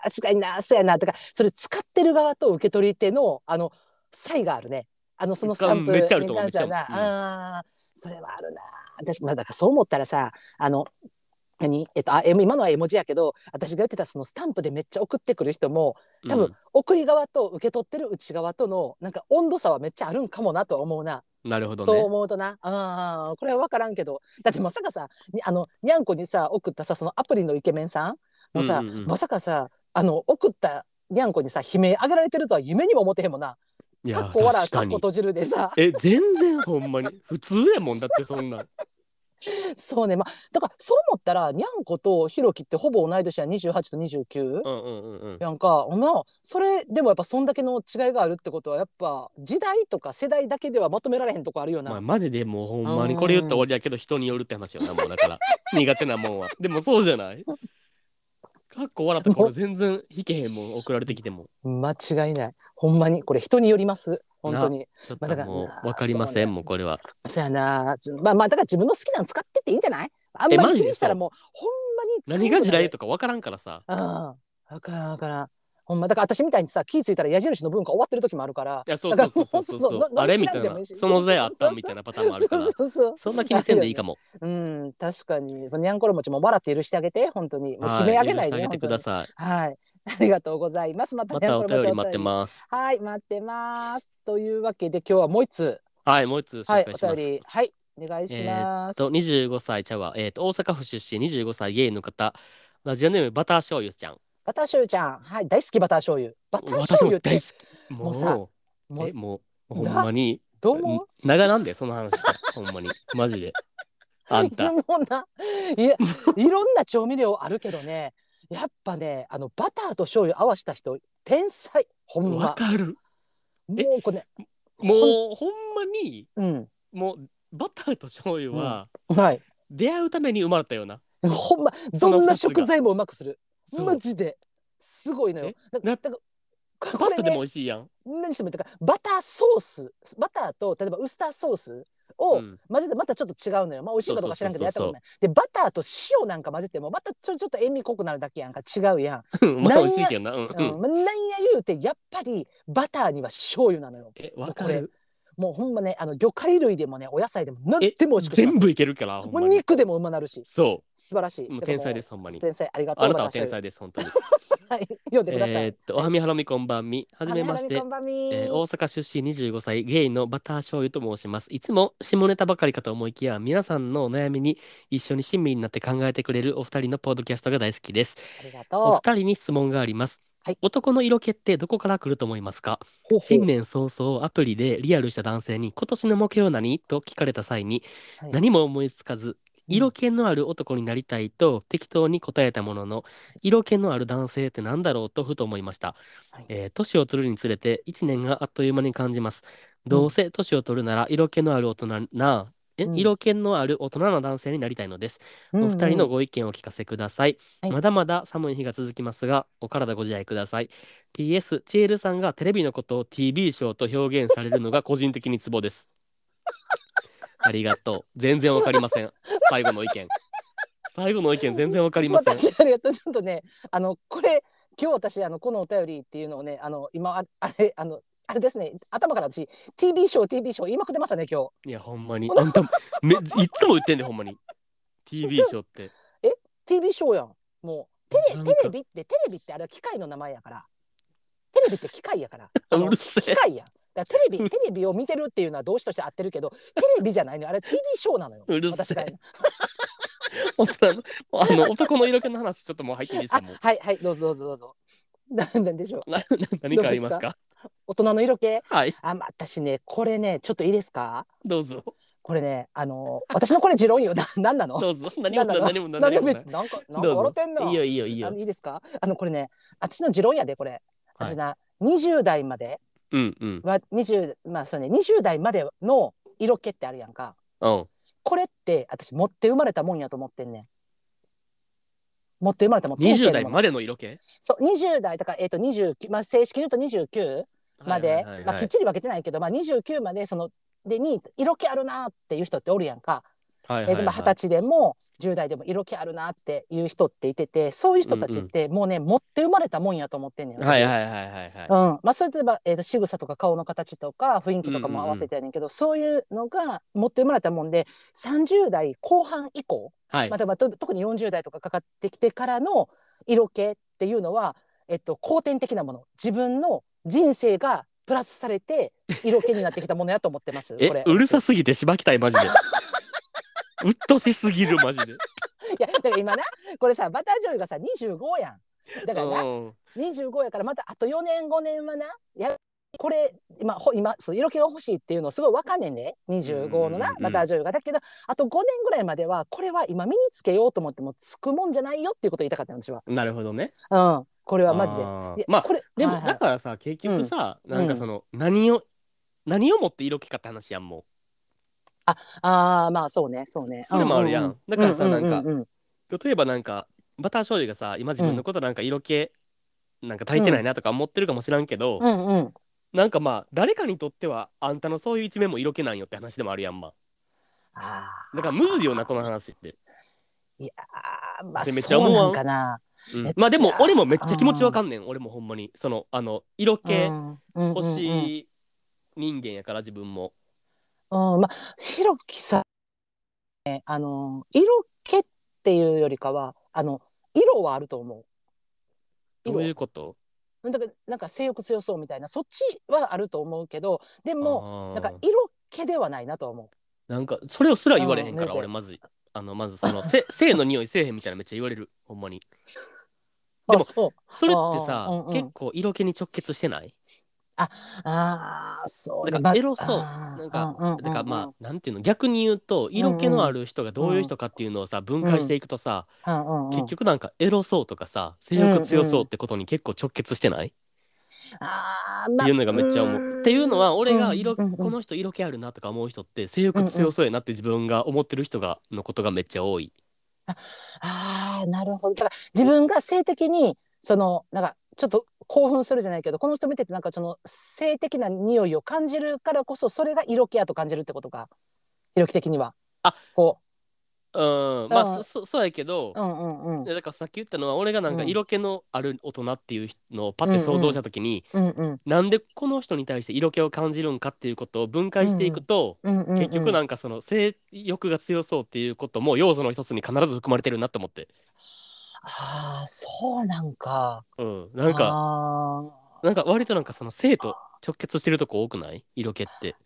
確かになそうやなとかそれ使ってる側と受け取り手のあの差異があるねあのそのスタンプめっちゃあると思うに関してはなめっちゃあるあーそれはあるな私まあだからそう思ったらさあの何えっとあ絵今のは絵文字やけど私が言ってたそのスタンプでめっちゃ送ってくる人も多分、送り側と受け取ってる内側とのなんか温度差はめっちゃあるんかもなとは思うなうんなるほどそうね思うとなあーこれは分からんけどだってまさかさにあのにゃんこにさ送ったさそのアプリのイケメンさんもさ、うんうんうんまさかさあの送ったにゃんこにさ悲鳴あげられてるとは夢にも思ってへんもんな。いやかっこ笑う確かっかこに閉じるでさ え全然ほんまに普通やもんだってそんなんそうねまあだからそう思ったらにゃんことひろきってほぼ同い年や28と 29? うんうんうんうんやんかまあそれでもやっぱそんだけの違いがあるってことはやっぱ時代とか世代だけではまとめられへんとこあるよな。まあ、マジでもうほんまにこれ言ったら終わりやけど人によるって話よなもうだから 苦手なもんはでもそうじゃないかっこ笑ったこれ全然弾けへんもん送られてきても間違いないほんまにこれ人によります本当に。ちょっまあだかとらもなあう分かりませそん、うねもうこれはそやなちょまあまあだから自分の好きなの使ってっていいんじゃないあんまえマりジ気でにしたらもうほんまに何が地雷ととか分からんからさうん分からん分からんほんまだから私みたいにさ気ぃ付いたら矢印の文化終わってる時もあるからいやそうそうそうそうだからもうそうあれ飲みみ切らんでたいなもいいしその時代あっそうそうたそうみたいなパターンもあるからそうそうそうそんな気にせんでいいかもうん確かににゃんころ餅も笑って許してあげて本当にもう悲はい鳴あげない許してであげてくださいはい ありがとうございます。またまね、たこれおも便ちょりっと待ってます。はい、待ってます。というわけで、今日はもう一通、はい、もう一つは紹い、介しおます。便り、はい、お願いします。と25歳ちゃうわ、えー、と大阪府出身25歳ゲイの方ラジオネームバター醤油ちゃんバター醤油ちゃん、はい、大好きバター醤油。バター私醤も油っ大て好、きももううさももうえう、もうほんなまにどうも。ん長なんでその話してほんまに マジであんたもうな、いや、いろんな調味料あるけどね、やっぱね、あのバターと醤油合わした人、天才、ほんま。わかるもえうこれ、ね、もうほんまにうん、もうバターと醤油ははい、出会うために生まれたような、ほんま、そのどんな二つが食材もうまくする。そうマジで、すごいのよえ。だなだからこ パれスタねでも美味しいやん、何してもいいだからバターソースバターと例えばウスターソースうをん、混ぜてまたちょっと違うのよ、まあ美味しいかどうか知らんけどそやうっそたことうそうそうないでバターと塩なんか混ぜてもまたちょちょっと塩味濃くなるだけやんか違うやん、また美味しいけどなううん、 うんんまあなんや言うてやっぱりバターには醤油なのよえわかるもうほんまねあの魚介類でもねお野菜でも何えでも美味しくします全部いけるからほもんまうに肉でもうまなるしそ素晴らしいうもう天才ですすほんまに天才ありがとうあなたは天才才です本当にはい読んでください、えーっとおはみはらみこんばんみはじめまし花て見こんばんみえー大阪出身25歳ゲイのバター醤油と申しますいつも下ネタばかりかと思いきや皆さんのお悩みに一緒に親身になって考えてくれるお二人のポッドキャストが大好きですありがおとう二人に質問があります、はい男の色気ってどこから来ると思いますかほうほう新年早々アプリでリアルした男性に今年の目標は何と聞かれた際に、はい何も思いつかず色気のある男になりたいと適当に答えたものの色気のある男性って何だろうとふと思いましたはいえー年を取るにつれて1年があっという間に感じますどうせ年を取るなら色気のある大人なえうん色気のある大人の男性になりたいのです、うんお二人のうんご意見をお聞かせください、はいまだまだ寒い日が続きますがお体ご自愛ください PS チエルさんがテレビのことを TV ショーと表現されるのが個人的にツボです ありがとう全然わかりません最後の意見最後の意見全然わかりません私あれやったちょっとねあのこれ今日私あのこのお便りっていうのをねあの今ああれあのあれですね頭から私 TV ショー TV ショー言いまくってましたね今日いやほんまにあんためいっつも言ってんねんほんまに TV ショーって TV ショーやんもうテなレんかテレビってテレビってあれは機械の名前やからテレビって機械やからあ うのるせえ機械やんだからテレ ビテレビを見てるっていうのは動詞として合ってるけどテレビじゃないのよあれ TV ショーなのようるせえ私が大人のあの男の色気の話ちょっともう入っていいですあかもうはいはいどうぞどうぞどうぞ ななんでしょうなな何かありますか大人の色気はいあまあ私ねこれねちょっといいですかどうぞこれね、あのー、私のこれ持論よ、な、なん なの。どうぞ何もなんなの何もなん何でもめ何もなんか、なんかど笑うぞってんの。いいよいいよいいあよのいいですか。あの、これね、私の持論やで、これ。はい私な、二十代までうんうんは、二十、まあ、そうね、二十代までの色気ってあるやんか。うんこれって、私持って生まれたもんやと思ってんねん。持って生まれたもん。 20天性代のものまでの色気そう、二十代、だから、えっ、と、二十九、まあ、正式に言うと二十九。まで、はいはいはいまあ、はきっいちり分けてないけど、まあ、29までそのでに色気あるなっていう人っておるやんか、はいえはいーでまあ二十歳でも10代でも色気あるなっていう人っていててそういう人たちってもうね、持って生まれたもんやと思ってんねん。はい私はいはいはいはいうんまあ、それ例えば、えー、と仕草とか顔の形とか雰囲気とかも合わせてやねんけど、そういうのが持って生まれたもんで30代後半以降、はいまあ、例えばと特に40代とかかかってきてからの色気っていうのは、えっと、後天的なもの自分の人生がプラスされて色気になってきたものやと思ってます えこれうるさすぎてしばきたいマジ でうっとしすぎるマジいでやだから今なこれさバター醤油がさ25やんだからなうん25やからまたあと4年5年はなやこれ今ほ今そう色気が欲しいっていうのすごいわかんねんね25のうんなうんうんバター醤油がだけどあと5年ぐらいまではこれは今身につけようと思ってもつくもんじゃないよっていうことを言いたかったの私は。なるほどねうんこれはマジで。あーいやまあこれではもいはいだからさ結局さ、んなんかその、何を何をもって色気かって話やんもああまあそうねそうねうそれもあるやん、うううだからさ、うううなんかうん例えばなんかバター醤油がさ今自分のことなんか色気、なんか足りてないなとか思ってるかもしらんけど、うんうんなんかまあ誰かにとってはあんたのそういう一面も色気なんよって話でもあるやんまあだからむずいよなこの話って、ーいやーまあでめっちゃ思わんそうなんかなうんえまあでもいや俺もめっちゃ気持ちわかんねん俺もほんまにそのあの色気うん欲うんうんうんしい人間やから自分も、うんまあひろきさんねあの色気っていうよりかはあの色はあると思うどういうことだからなんか性欲強そうみたいなそっちはあると思うけどでももなんか色気ではないなとは思う。なんかそれをすら言われへんかあらー俺まずあのまずそのせ 性の匂いせえへんみたいなめっちゃ言われるほんまにでもあそうそれってさあーうんうん結構色気に直結してないあーそうだからエロそうなんかだからまあなんていうの逆に言うと色気のある人がどういう人かっていうのをさ分解していくとさあ、うんうんうん結局なんかエロそうとかさ性欲強そうってことに結構直結してないあーまあっていうのがめっちゃ思う。っていうのは俺が色、うんうんうんこの人色気あるなとか思う人って性欲強そうやなって自分が思ってる人がのことがめっちゃ多い。あーなるほどだから自分が性的にそのなんかちょっと興奮するじゃないけどこの人見ててなんかその性的な匂いを感じるからこそそれが色気やと感じるってことか色気的には。あこうん、まあ、うんそそそうやけど、う、うんうんうん、でだからさっき言ったのは俺がなんかうん色気のある大人っていうのをパッて想像した時に、うんうんなんでこの人に対して色気を感じるんかっていうことを分解していくと、うんうんうん、結局なんかその性欲が強そうっていうことも要素の一つに必ず含まれてるなと思って、あーそうなんかうん、なんかあーなんか割となんかその性と直結してるとこ多くない色気って。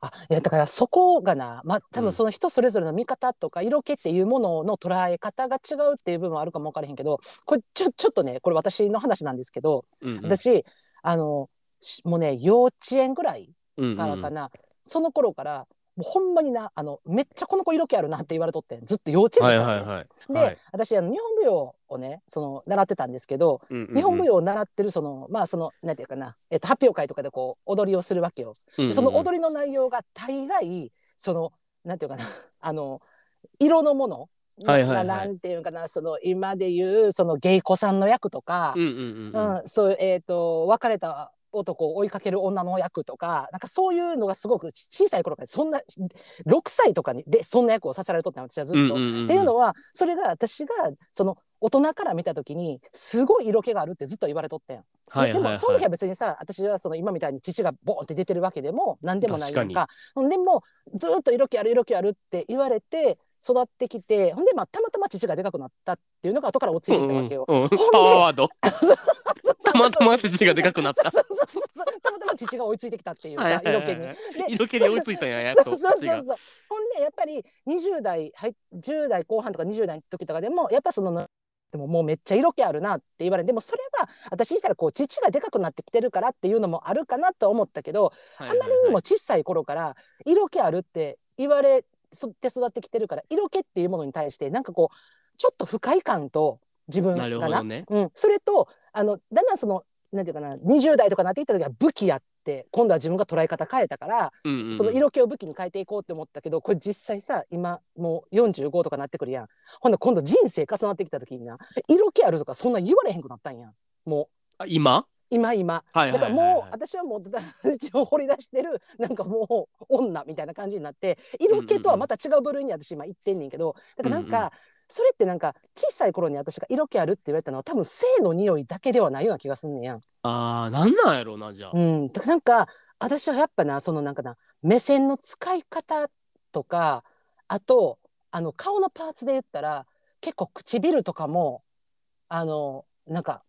あいやだからそこがな、まあ、多うん分その人それぞれの見方とか色気っていうものの捉え方が違うっていう部分はあるかも分からへんけどこれちょちょっとねこれ私の話なんですけどうんうん私、あのしもうね幼稚園ぐらいうんうんからかな、その頃からもうほんまになあのめっちゃこの子色気あるなって言われとってんずっと幼稚園はだっいたはのねいはい。で、はい私あの日本舞踊をねその習ってたんですけど、うんうんうん日本舞踊を習ってるそのまあそのなんていうかな、えっと、発表会とかでこう踊りをするわけよ。うんうんその踊りの内容が大概そのなんていうかな あの色のもの、はいはいはいななんていうかなその今で言うその芸妓さんの役とか、うんうんううんうんんそうえっ、と別れた男を追いかける女の役とかなんかそういうのがすごく小さい頃からそんな6歳とかにでそんな役をさせられとったの私はずっと。うんうんうんっていうのはそれが私がその大人から見た時にすごい色気があるってずっと言われとってん。はいはいではもいその時は別にさ私はその今みたいに父がボーンって出てるわけでも何でもないやんかでもずーっと色気ある色気あるって言われて育ってきてほんで、まあ、たまたま父がでかくなったっていうのが後から落ちてきたわけよ。うんうんうんほんでパワーワー ド。たまたま父父がでかくなっ た。そうそうそうそうたまたま父が追いついてきたっていうはいさはいはい色はい気に。で色気に追いついたんややっそとうそうそうそ父うが。ほんでやっぱり20代はい10代後半とか20代の時とかでもやっぱそのでももうめっちゃ色気あるなって言われてでもそれは私にしたらこう父がでかくなってきてるからっていうのもあるかなと思ったけどああまりにも小さい頃から色気あるって言われて育ってきてるから色気っていうものに対してなんかこうちょっと不快感と自分ながるなほどね。うん、それとあのだんだんそのなんていうかな20代とかなってきた時は武器やって今度は自分が捉え方変えたからうんうんうんその色気を武器に変えていこうって思ったけどこれ実際さ今もう45とかなってくるやんほんなら今度人生重なってきた時にな色気あるとかそんな言われへんくなったんやんもあ今？う今今はいはだいかはいらはい。もう私はもう私を掘り出してるなんかもう女みたいな感じになって色気とはまた違う部類に私今言ってんねんけどだからなんうんうかそれってなんか小さい頃に私が色気あるって言われたのは多分性の匂いだけではないような気がすんねんやん。ああなんなんやろうなじゃあ。うん、だからなんか私はやっぱなそのなんかな目線の使い方とかあとあの顔のパーツで言ったら結構唇とかもあのなんか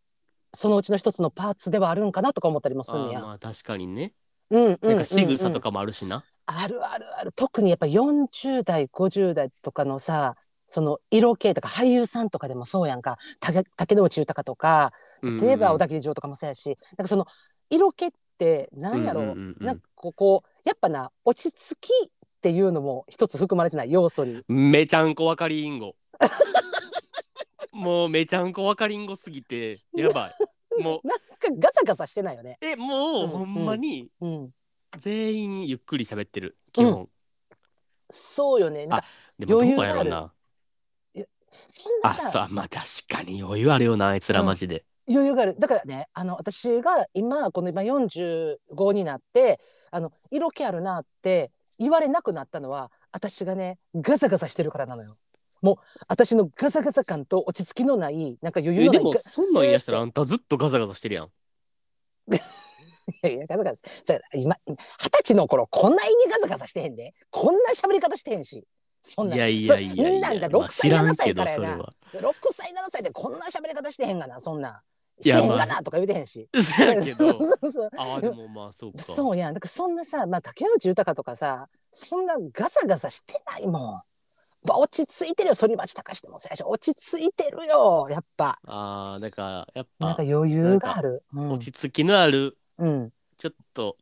そのうちの一つのパーツではあるんかなとか思ったりもすあんねーや。まあ確かにね。うんなんか仕草とか、かもあるしな。うんうんあるあるある特にやっぱ40代50代とかのさその色系とか俳優さんとかでもそうやんか竹竹野内豊とか例えば小だ田切城とかもそうやし、なんかその色気ってなんやろう,、うんうんうんうんなんかこうこうやっぱな落ち着きっていうのも一つ含まれてない要素にめちゃんこわかりんご。もうめちゃんこわかりんごすぎてやばい。もうなんかガサガサしてないよね。えもううんほんまにうん、全員ゆっくり喋ってる基本。そうよねなんかでもど余う裕やろうな。そんあなささまあ確かに余裕あるよなあいつらうんマジで。余裕があるだからねあの私が今この今45になってあの色気あるなって言われなくなったのは私がねガサガサしてるからなのよ。もう私のガサガサ感と落ち着きのないなんか余裕えのでないもガそんなん言い出したらあんたずっとガサガサしてるやん。 いやいや、ガサガサ。そう今、二十歳の頃、こんなにガサガサしてへんで。こんな喋り方してへんし。そんな。いやいやいやいや。そんなんだ、まあ6歳、知ら7んけ歳かどらやそれな。は。 6歳、7歳でこんな喋り方してへんがな、そんな。してへんまかあなとか言うてへんし。そう やけそどう そうそうああでもまあそうかそうやんだからそんなさ、まあ、竹内豊とかさそんなガサガサしてないもん、まあ、落ち着いてるよ反町隆史でもそうやし落ち着いてるよやっぱああなんかやっなんぱか余裕があるうん落ち着きのあるうんちょっと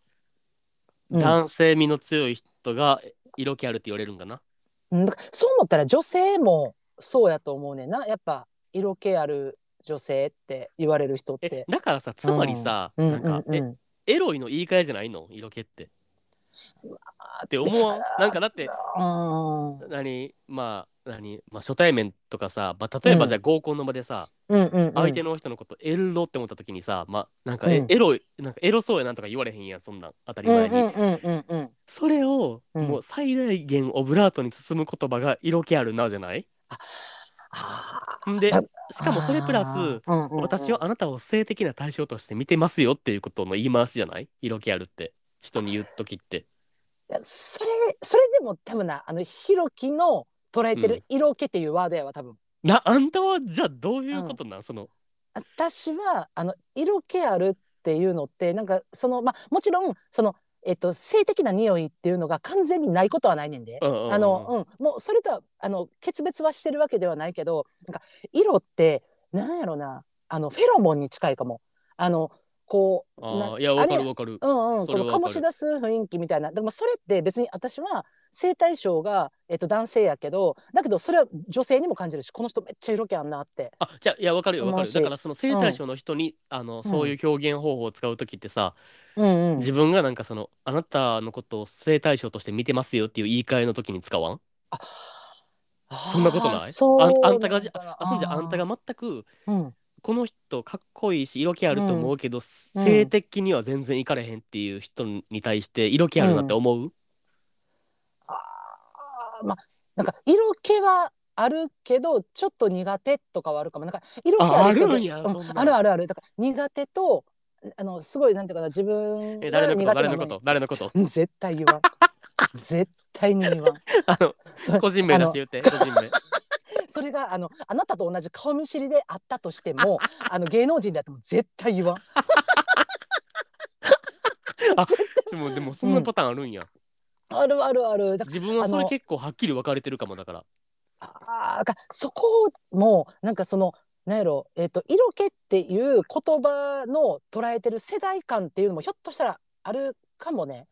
うん男性味の強い人が色気あるって言われるんかな、うんだからそう思ったら女性もそうやと思うねんなやっぱ色気ある女性って言われる人っえて。だからさつまりさ、うんなうんんか、うえん、エロいの言い換えじゃないの色気って。って思わんなんかだってうん何まあ何、まあ、初対面とかさ、まあ、例えばうんじゃあ合コンの場でさ、うんうんうん、相手の人のことエロって思った時にさ、まあ、なんかえ、うんエロいなんかエロそうやなんとか言われへんやんそんなん当たり前に、うんうんうんうんうん、それをうんもう最大限オブラートに包む言葉が色気あるなじゃないあんであしかもそれプラス、私はあなたを性的な対象として見てますよっていうことの言い回しじゃない色気あるって人に言う時っていやそれそれでも多分なあのひろきの捉えてうんる色気っていうワードやわ多分、なあんたはじゃあどういうことなん、その私はあの色気あるっていうのってなんかそのまあもちろんそのえっと性的な匂いっていうのが完全にないことはないねんで、ああの、うん、もうそれとはあの決別はしてるわけではないけどなんか色ってなんやろなあのフェロモンに近いかもあのこうあなーいやわかあれるわかるうんうん、そこれはのわか醸るし出す雰囲気みたいなでもそれって別に私は性対象が、えっと、男性やけどだけどそれは女性にも感じるしこの人めっちゃ色気あんなってあじゃあいやわかるよわかもるしだからその性対象の人に、あのそういう表現方法を使う時ってうんうんさ、自分がなんかそのあなたのことを性対象として見てますよっていう言い換えの時に使わんあそんなことないあーそうあんあんたがじなんかなあほんじゃあんたーが全くうんこの人かっこいいし色気あると思うけど、うん性的には全然いかれへんっていう人に対して色気あるなって思う、あーまあなんか色気はあるけどちょっと苦手とかはあるかもなんか色気ああるけあどるんやうそんなんあるあるあるだから苦手とあのすごいなんていうかな自分えが誰のこと苦手誰なのこと誰のこと に絶対 言わん絶対に言わんあのそれ個人名出して言って個人 名それがあのあなたと同じ顔見知りであったとしてもあの芸能人であっても絶対言わんあちょもうでもそんなパターンあるんや、あるあるあるだか自分はそあれの結構はっきり分かれてるかもだかららあーかそこもなんかそのなんやろ、えっと色気っていう言葉の捉えてる世代間っていうのもひょっとしたらあるかもね。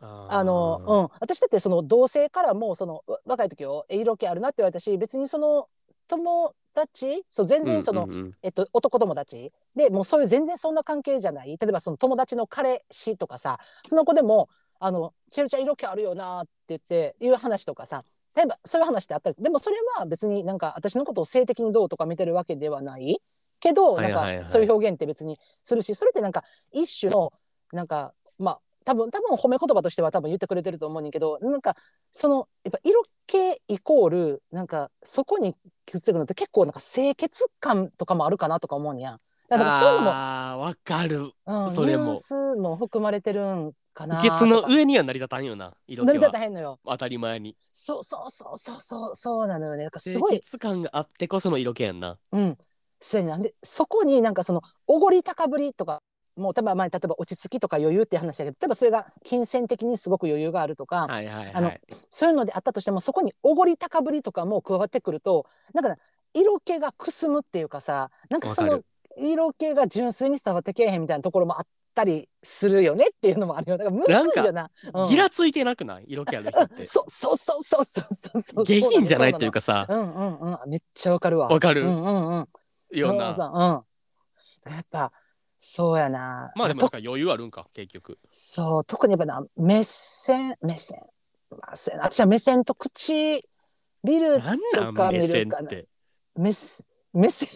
ああのん、うん、私だってその同性からもそのわ若い時よえ色気あるなって言われたし別にその友達そう全然その、うんうんうんえっと、男友達でもうそういう全然そんな関係じゃない例えばその友達の彼氏とかさその子でも「あのチェルちゃん色気あるよな」って言っていう話とかさ例えばそういう話ってあったりでもそれは別になんか私のことを性的にどうとか見てるわけではないけどはないんはいはいかそういう表現って別にするしそれってなんか一種のなんかまあ多分多分褒め言葉としては多分言ってくれてると思うねんけどなんかそのやっぱ色気イコールなんかそこにくっつくのって結構なんか清潔感とかもあるかなとか思うんやだからそういうのあーわかるも、うん、それもニュアンスも含まれてるんかなケツのとか上には成り立たんよな色成気り立はたへんのよ当たり前にそうそうそうそうそうそうなのよねなんかす清ごい潔感があってこその色気やんなうんそうやねなんでそこになんかそのおごり高ぶりとかもう多分前例えば落ち着きとか余裕って話だけど例えばそれが金銭的にすごく余裕があるとか、はいはいはあのいそういうのであったとしてもそこにおごり高ぶりとかも加わってくるとなんか色気がくすむっていうかさなんかそわかの色気が純粋に伝わってけえへんみたいなところもあったりするよねっていうのもあるよだからむずいよなうんギラついてなくない色気ある人って そうそうそうそうそうそうそう下品じゃないというかかさうんうんうんめっちゃわかるわわかうるんうんうんようそうなそううんやっぱそうやなまあでもとなんか余裕あるんか結局そう特にやっぱな目線目線、まあ、せ私は目線と唇なんなとんか見目る線かなって目す目 線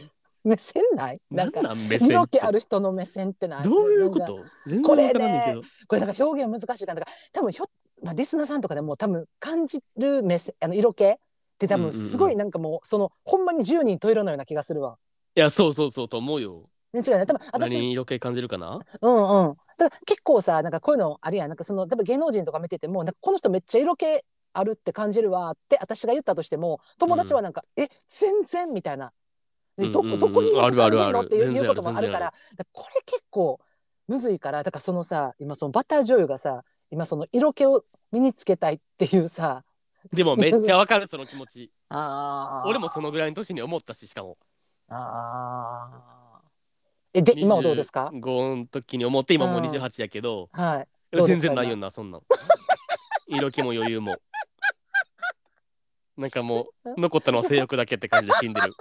目線ないななんんかなん目線色っ気てある人の目線ってないどういうこなんかと全これ然わからんねんけどこれなんか表現難しいからだから多分ひょ、まあ、リスナーさんとかでも多分感じる目線あの色気って多うんう分んうんすごいなんかもうそのほんまに十人十色のような気がするわ。いやそうそうそうと思うよね違うね多分何私に色気感じるかなうんうん。だから結構さなんかこういうのあるやんなんかその多分芸能人とか見ててもなんかこの人めっちゃ色気あるって感じるわって私が言ったとしても友達はなんか、え全然みたいなでどうんうんうんどこに行くあるあるあるのっていう全然あるいうこともあるからだからこれ結構むずいからだからそのさ今そのバター女優がさ今その色気を身につけたいっていうさでもめっちゃわかるその気持ち あー俺もそのぐらいの年に思ったししかもあーえで今はどうですか5の時に思って今もううん28やけどはいどうで全すか然ないよな そんなん色気も余裕もなんかもう残ったのは性欲だけって感じで死んでる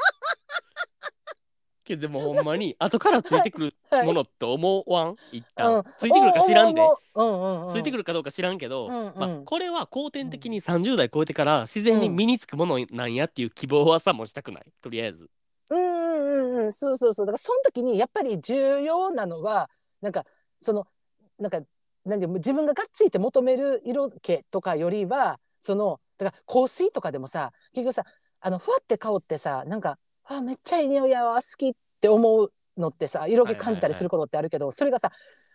けどでもほんまに後からついてくるはいものって思わんう一ん旦ついてくるか知らんでおうおうおううんうんうんついてくるかどうか知らんけど、うんうんまあ、これは後天的に30代超えてから自然に身につくものなんやっていう希望はさもうしたくないとりあえずうんうんうんそうそうそうだからその時にやっぱり重要なのはなんかそのなんかなんで自分ががっついて求める色気とかよりはそのだから香水とかでもさ結局さあのふわって香ってさなんか「あめっちゃいい匂いやわ好き」って思うのってさ色気感じたりすることってあるけど、それがさ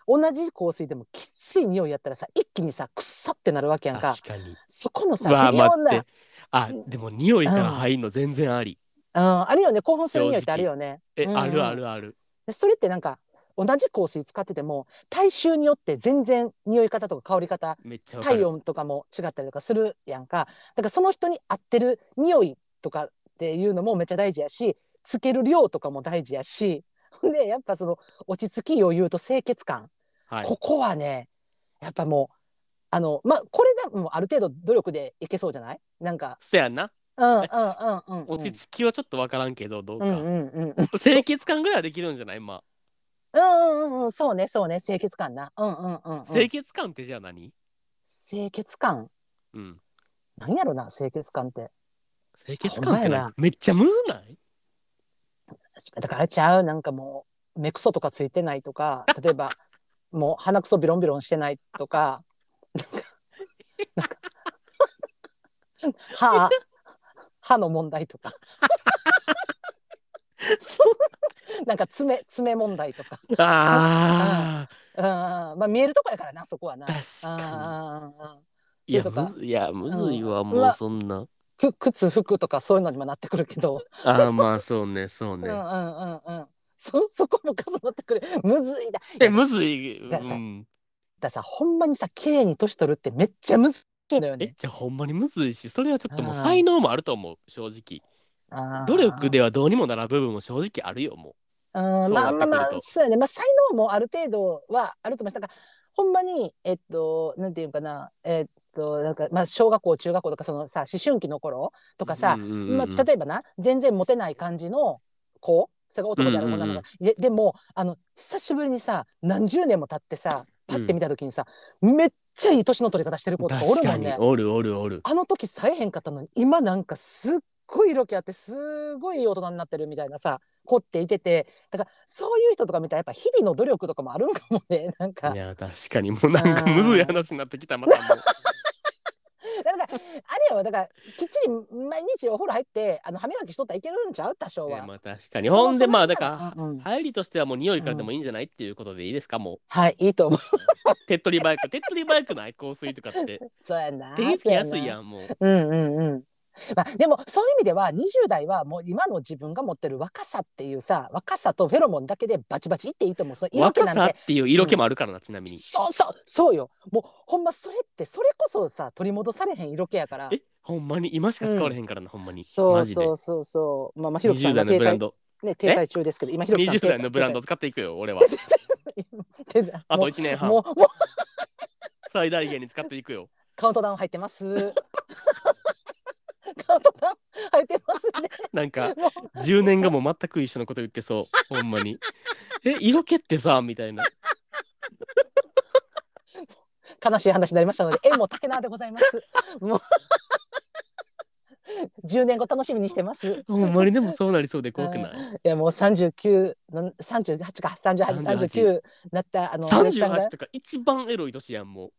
同じ香水でもきつい匂いやったらさ一気にさくっさってなるわけやんか確かにそこのさうわ微妙待っなて、あでも匂いから入るの全然あり、うん、あるよね興奮する匂いってあるよね。え、うんあるあるあるでそれってなんか同じ香水使ってても体臭によって全然匂い方とか香り方めっちゃわか体る温とかも違ったりとかするやんかだからその人に合ってる匂いとかっていうのもめっちゃ大事やしつける量とかも大事やし ほんでやっぱその落ち着き余裕と清潔感、はいここはねやっぱもうあのまあこれでもある程度努力でいけそうじゃないなんかそやんなうんうんうんうんうん落ち着きはちょっとわからんけどどうか、うんうんうん清潔感ぐらいはできるんじゃない まうんうんうんうんそうねそうね清潔感なうんうんうん、うんあ、清潔感ってじゃあ何清潔感うん何やろな清潔感って清潔感ってほんまや何なめっちゃむずないだからちゃうなんかもう目くそとかついてないとか例えば もう鼻くそビロンビロンしてないとかなんかなんか歯歯の問題とかそなんか爪爪問題とかうあうんまあ見えるとこやからなそこはなー確かあーそにいやうとかむずいやむずいわうんもうそんなく靴服とかそういうのにもなってくるけどああまあそうねそううんうんね。うんうんそ そこも重なってくるむずいだえむずい。うださん、だからさほんまにさ綺麗に年取るってめっちゃ難しいのよえね。じゃあほんまにむずいしそれはちょっともうあー才能もあると思う正直。あー努力ではどうにもならん部分も正直あるよもうんそうまなあってくるとまあまあそうよね、まあ、才能もある程度はあると思いますだからほんまにえっとなんていうかなえっとなんか、まあ、小学校中学校とかそのさ思春期の頃とう。かさ、うんうんうんまあ、例えばな全然モテない感じの子それが男である女の子、うんうんうんででもあの久しぶりにさ何十年も経ってさパッて見た時にさ、めっちゃいい年の取り方してる子とかお確るもかんにね。おるおるおる。あの時さえへんかったのに今なんかすっごい色気あってすごいいい大人になってるみたいなさ子っていててだからそういう人とか見たらやっぱ日々の努力とかもあるんかもね なんかいや確かにもうなんかむずい話になってきたまた もう。だからあれよだからきっちり毎日お風呂入ってあの歯磨きしとったらいけるんちゃう多少いは。やまあ確かに。ほんでそのまあだから。うんうん入りとしてはもう匂いからでもいいんじゃないっていうことでいいですかもはいいいと思う う手っ取り早く手っ取り早くない香水とかってそうやな手につきやすいやんんもううんうんうんまあ、でもそういう意味では20代はもう今の自分が持ってる若さっていうさ若さとフェロモンだけでバチバチいっていいと思うその色気若なんさてっていう色気もあるからなちなみにそうそうそうよもうほんまそれってそれこそさ取り戻されへん色気やからえほんまに今しか使われへんからな、ほんまにそマうジそでうそうそうまあまあひろきさ20んが代の停ブラン滞ドね停滞中ですけど今ひろきさん20代のブランド使っていくよ俺は停滞あもとう1年も半うもう最大限に使っていくよカウントダウン入ってます カウントダウン入ってますねなんかも10年後も全く一緒のこと言ってそうほんまにえ色気ってさみたいなう悲しい話になりましたので縁も竹縄でございますもう10年後楽しみにしてますほんまに でもそうなりそうで怖くないいやもう39の38か3839なったあのひろきさんが38とか一番エロい年やんもう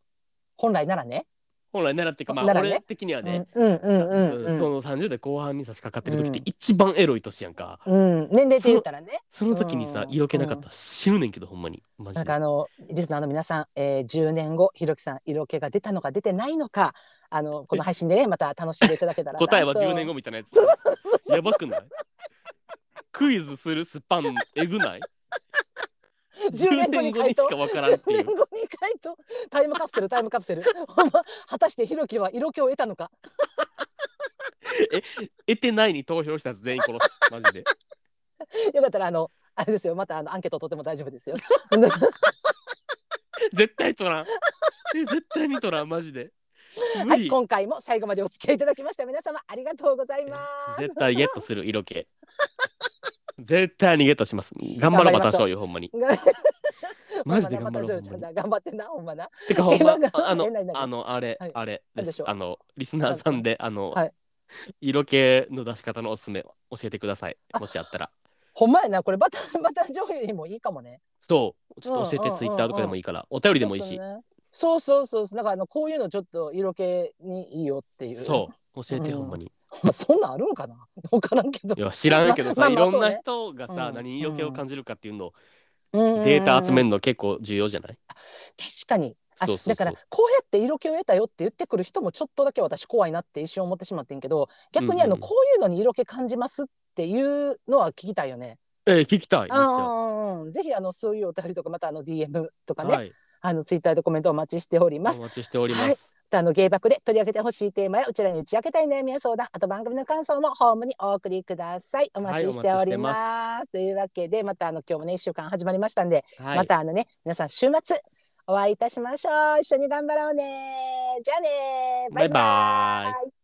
本来ならね本来ならっていうかまあならね俺的にはね、うんうんうんうんうんうそんの30代後半に差し掛かってる時ってうん一番エロい年やんか、うん、年齢で言ったらねその時にさうん色気なかったら死ぬねんけどほんまにマジなんでかあのリスナーの皆さん、えー、10年後ひろきさん色気が出たのか出てないのかあのこの配信でねまた楽しんでいただけたら答えは10年後みたいなやつやばくないクイズするスパンえ ぐない10年後に回答10年しかわからん10ってい年う後に回答タイムカプセルタイムカプセルほんま果たしてひろきは色気を得たのか得てないに投票したやつ全員殺すマジでよかったらあのあれですよまたあのアンケートとっても大丈夫ですよ絶対取 らんえ絶対に取らんマジで無はい理、今回も最後までお付き合いいただきました皆様ありがとうございます 絶対ゲットする色気絶対にゲットします頑張ろうまたしょうよほんまに マジで頑張ろうほんまに頑張ってなほんまなてかほんま電話がああのえ何何あのあれ、はいあれ何でですしょうあのリスナーさんであの、はい色気の出し方のおすすめ教えてくださいもしあったらほんまやなこれバタ バタ上位にもいいかもねそうちょっと教うんえうんうんうてんツイッターとかでもいいからお便りでもいいし、ちょっとねそうそうそうそうなんかあのこういうのちょっと色気にいいよっていうそう教えてうんほんまに、 まあそんなんあるんかな分からんけどいや知らんけどさ、まあまあいまあろんな人がそうねさ、うん何色気を感じるかっていうのを、デデータ集めるるの結構重要じゃない、確かにあそうそうそうだからこうやって色気を得たよって言ってくる人もちょっとだけ私怖いなって一瞬思ってしまってんけど逆にあの、うんうんこういうのに色気感じますっていうのは聞きたいよね。ええ聞きたいめっちゃうんうんうんぜひあのそういうお便りとかまたあの DM とかね、はいあのツイッターでコメントお待ちしておりおます。待ちしております、はいあの芸爆で取り上げてほしいテーマやうちらに打ち明けたい悩みや相談あと番組の感想もホームにお送りくださいお待ちしております,、というわけでまたあの今日もね1週間始まりましたんではいまたあのね皆さん週末お会いいたしましょう一緒に頑張ろうねじゃあねバイババイバイ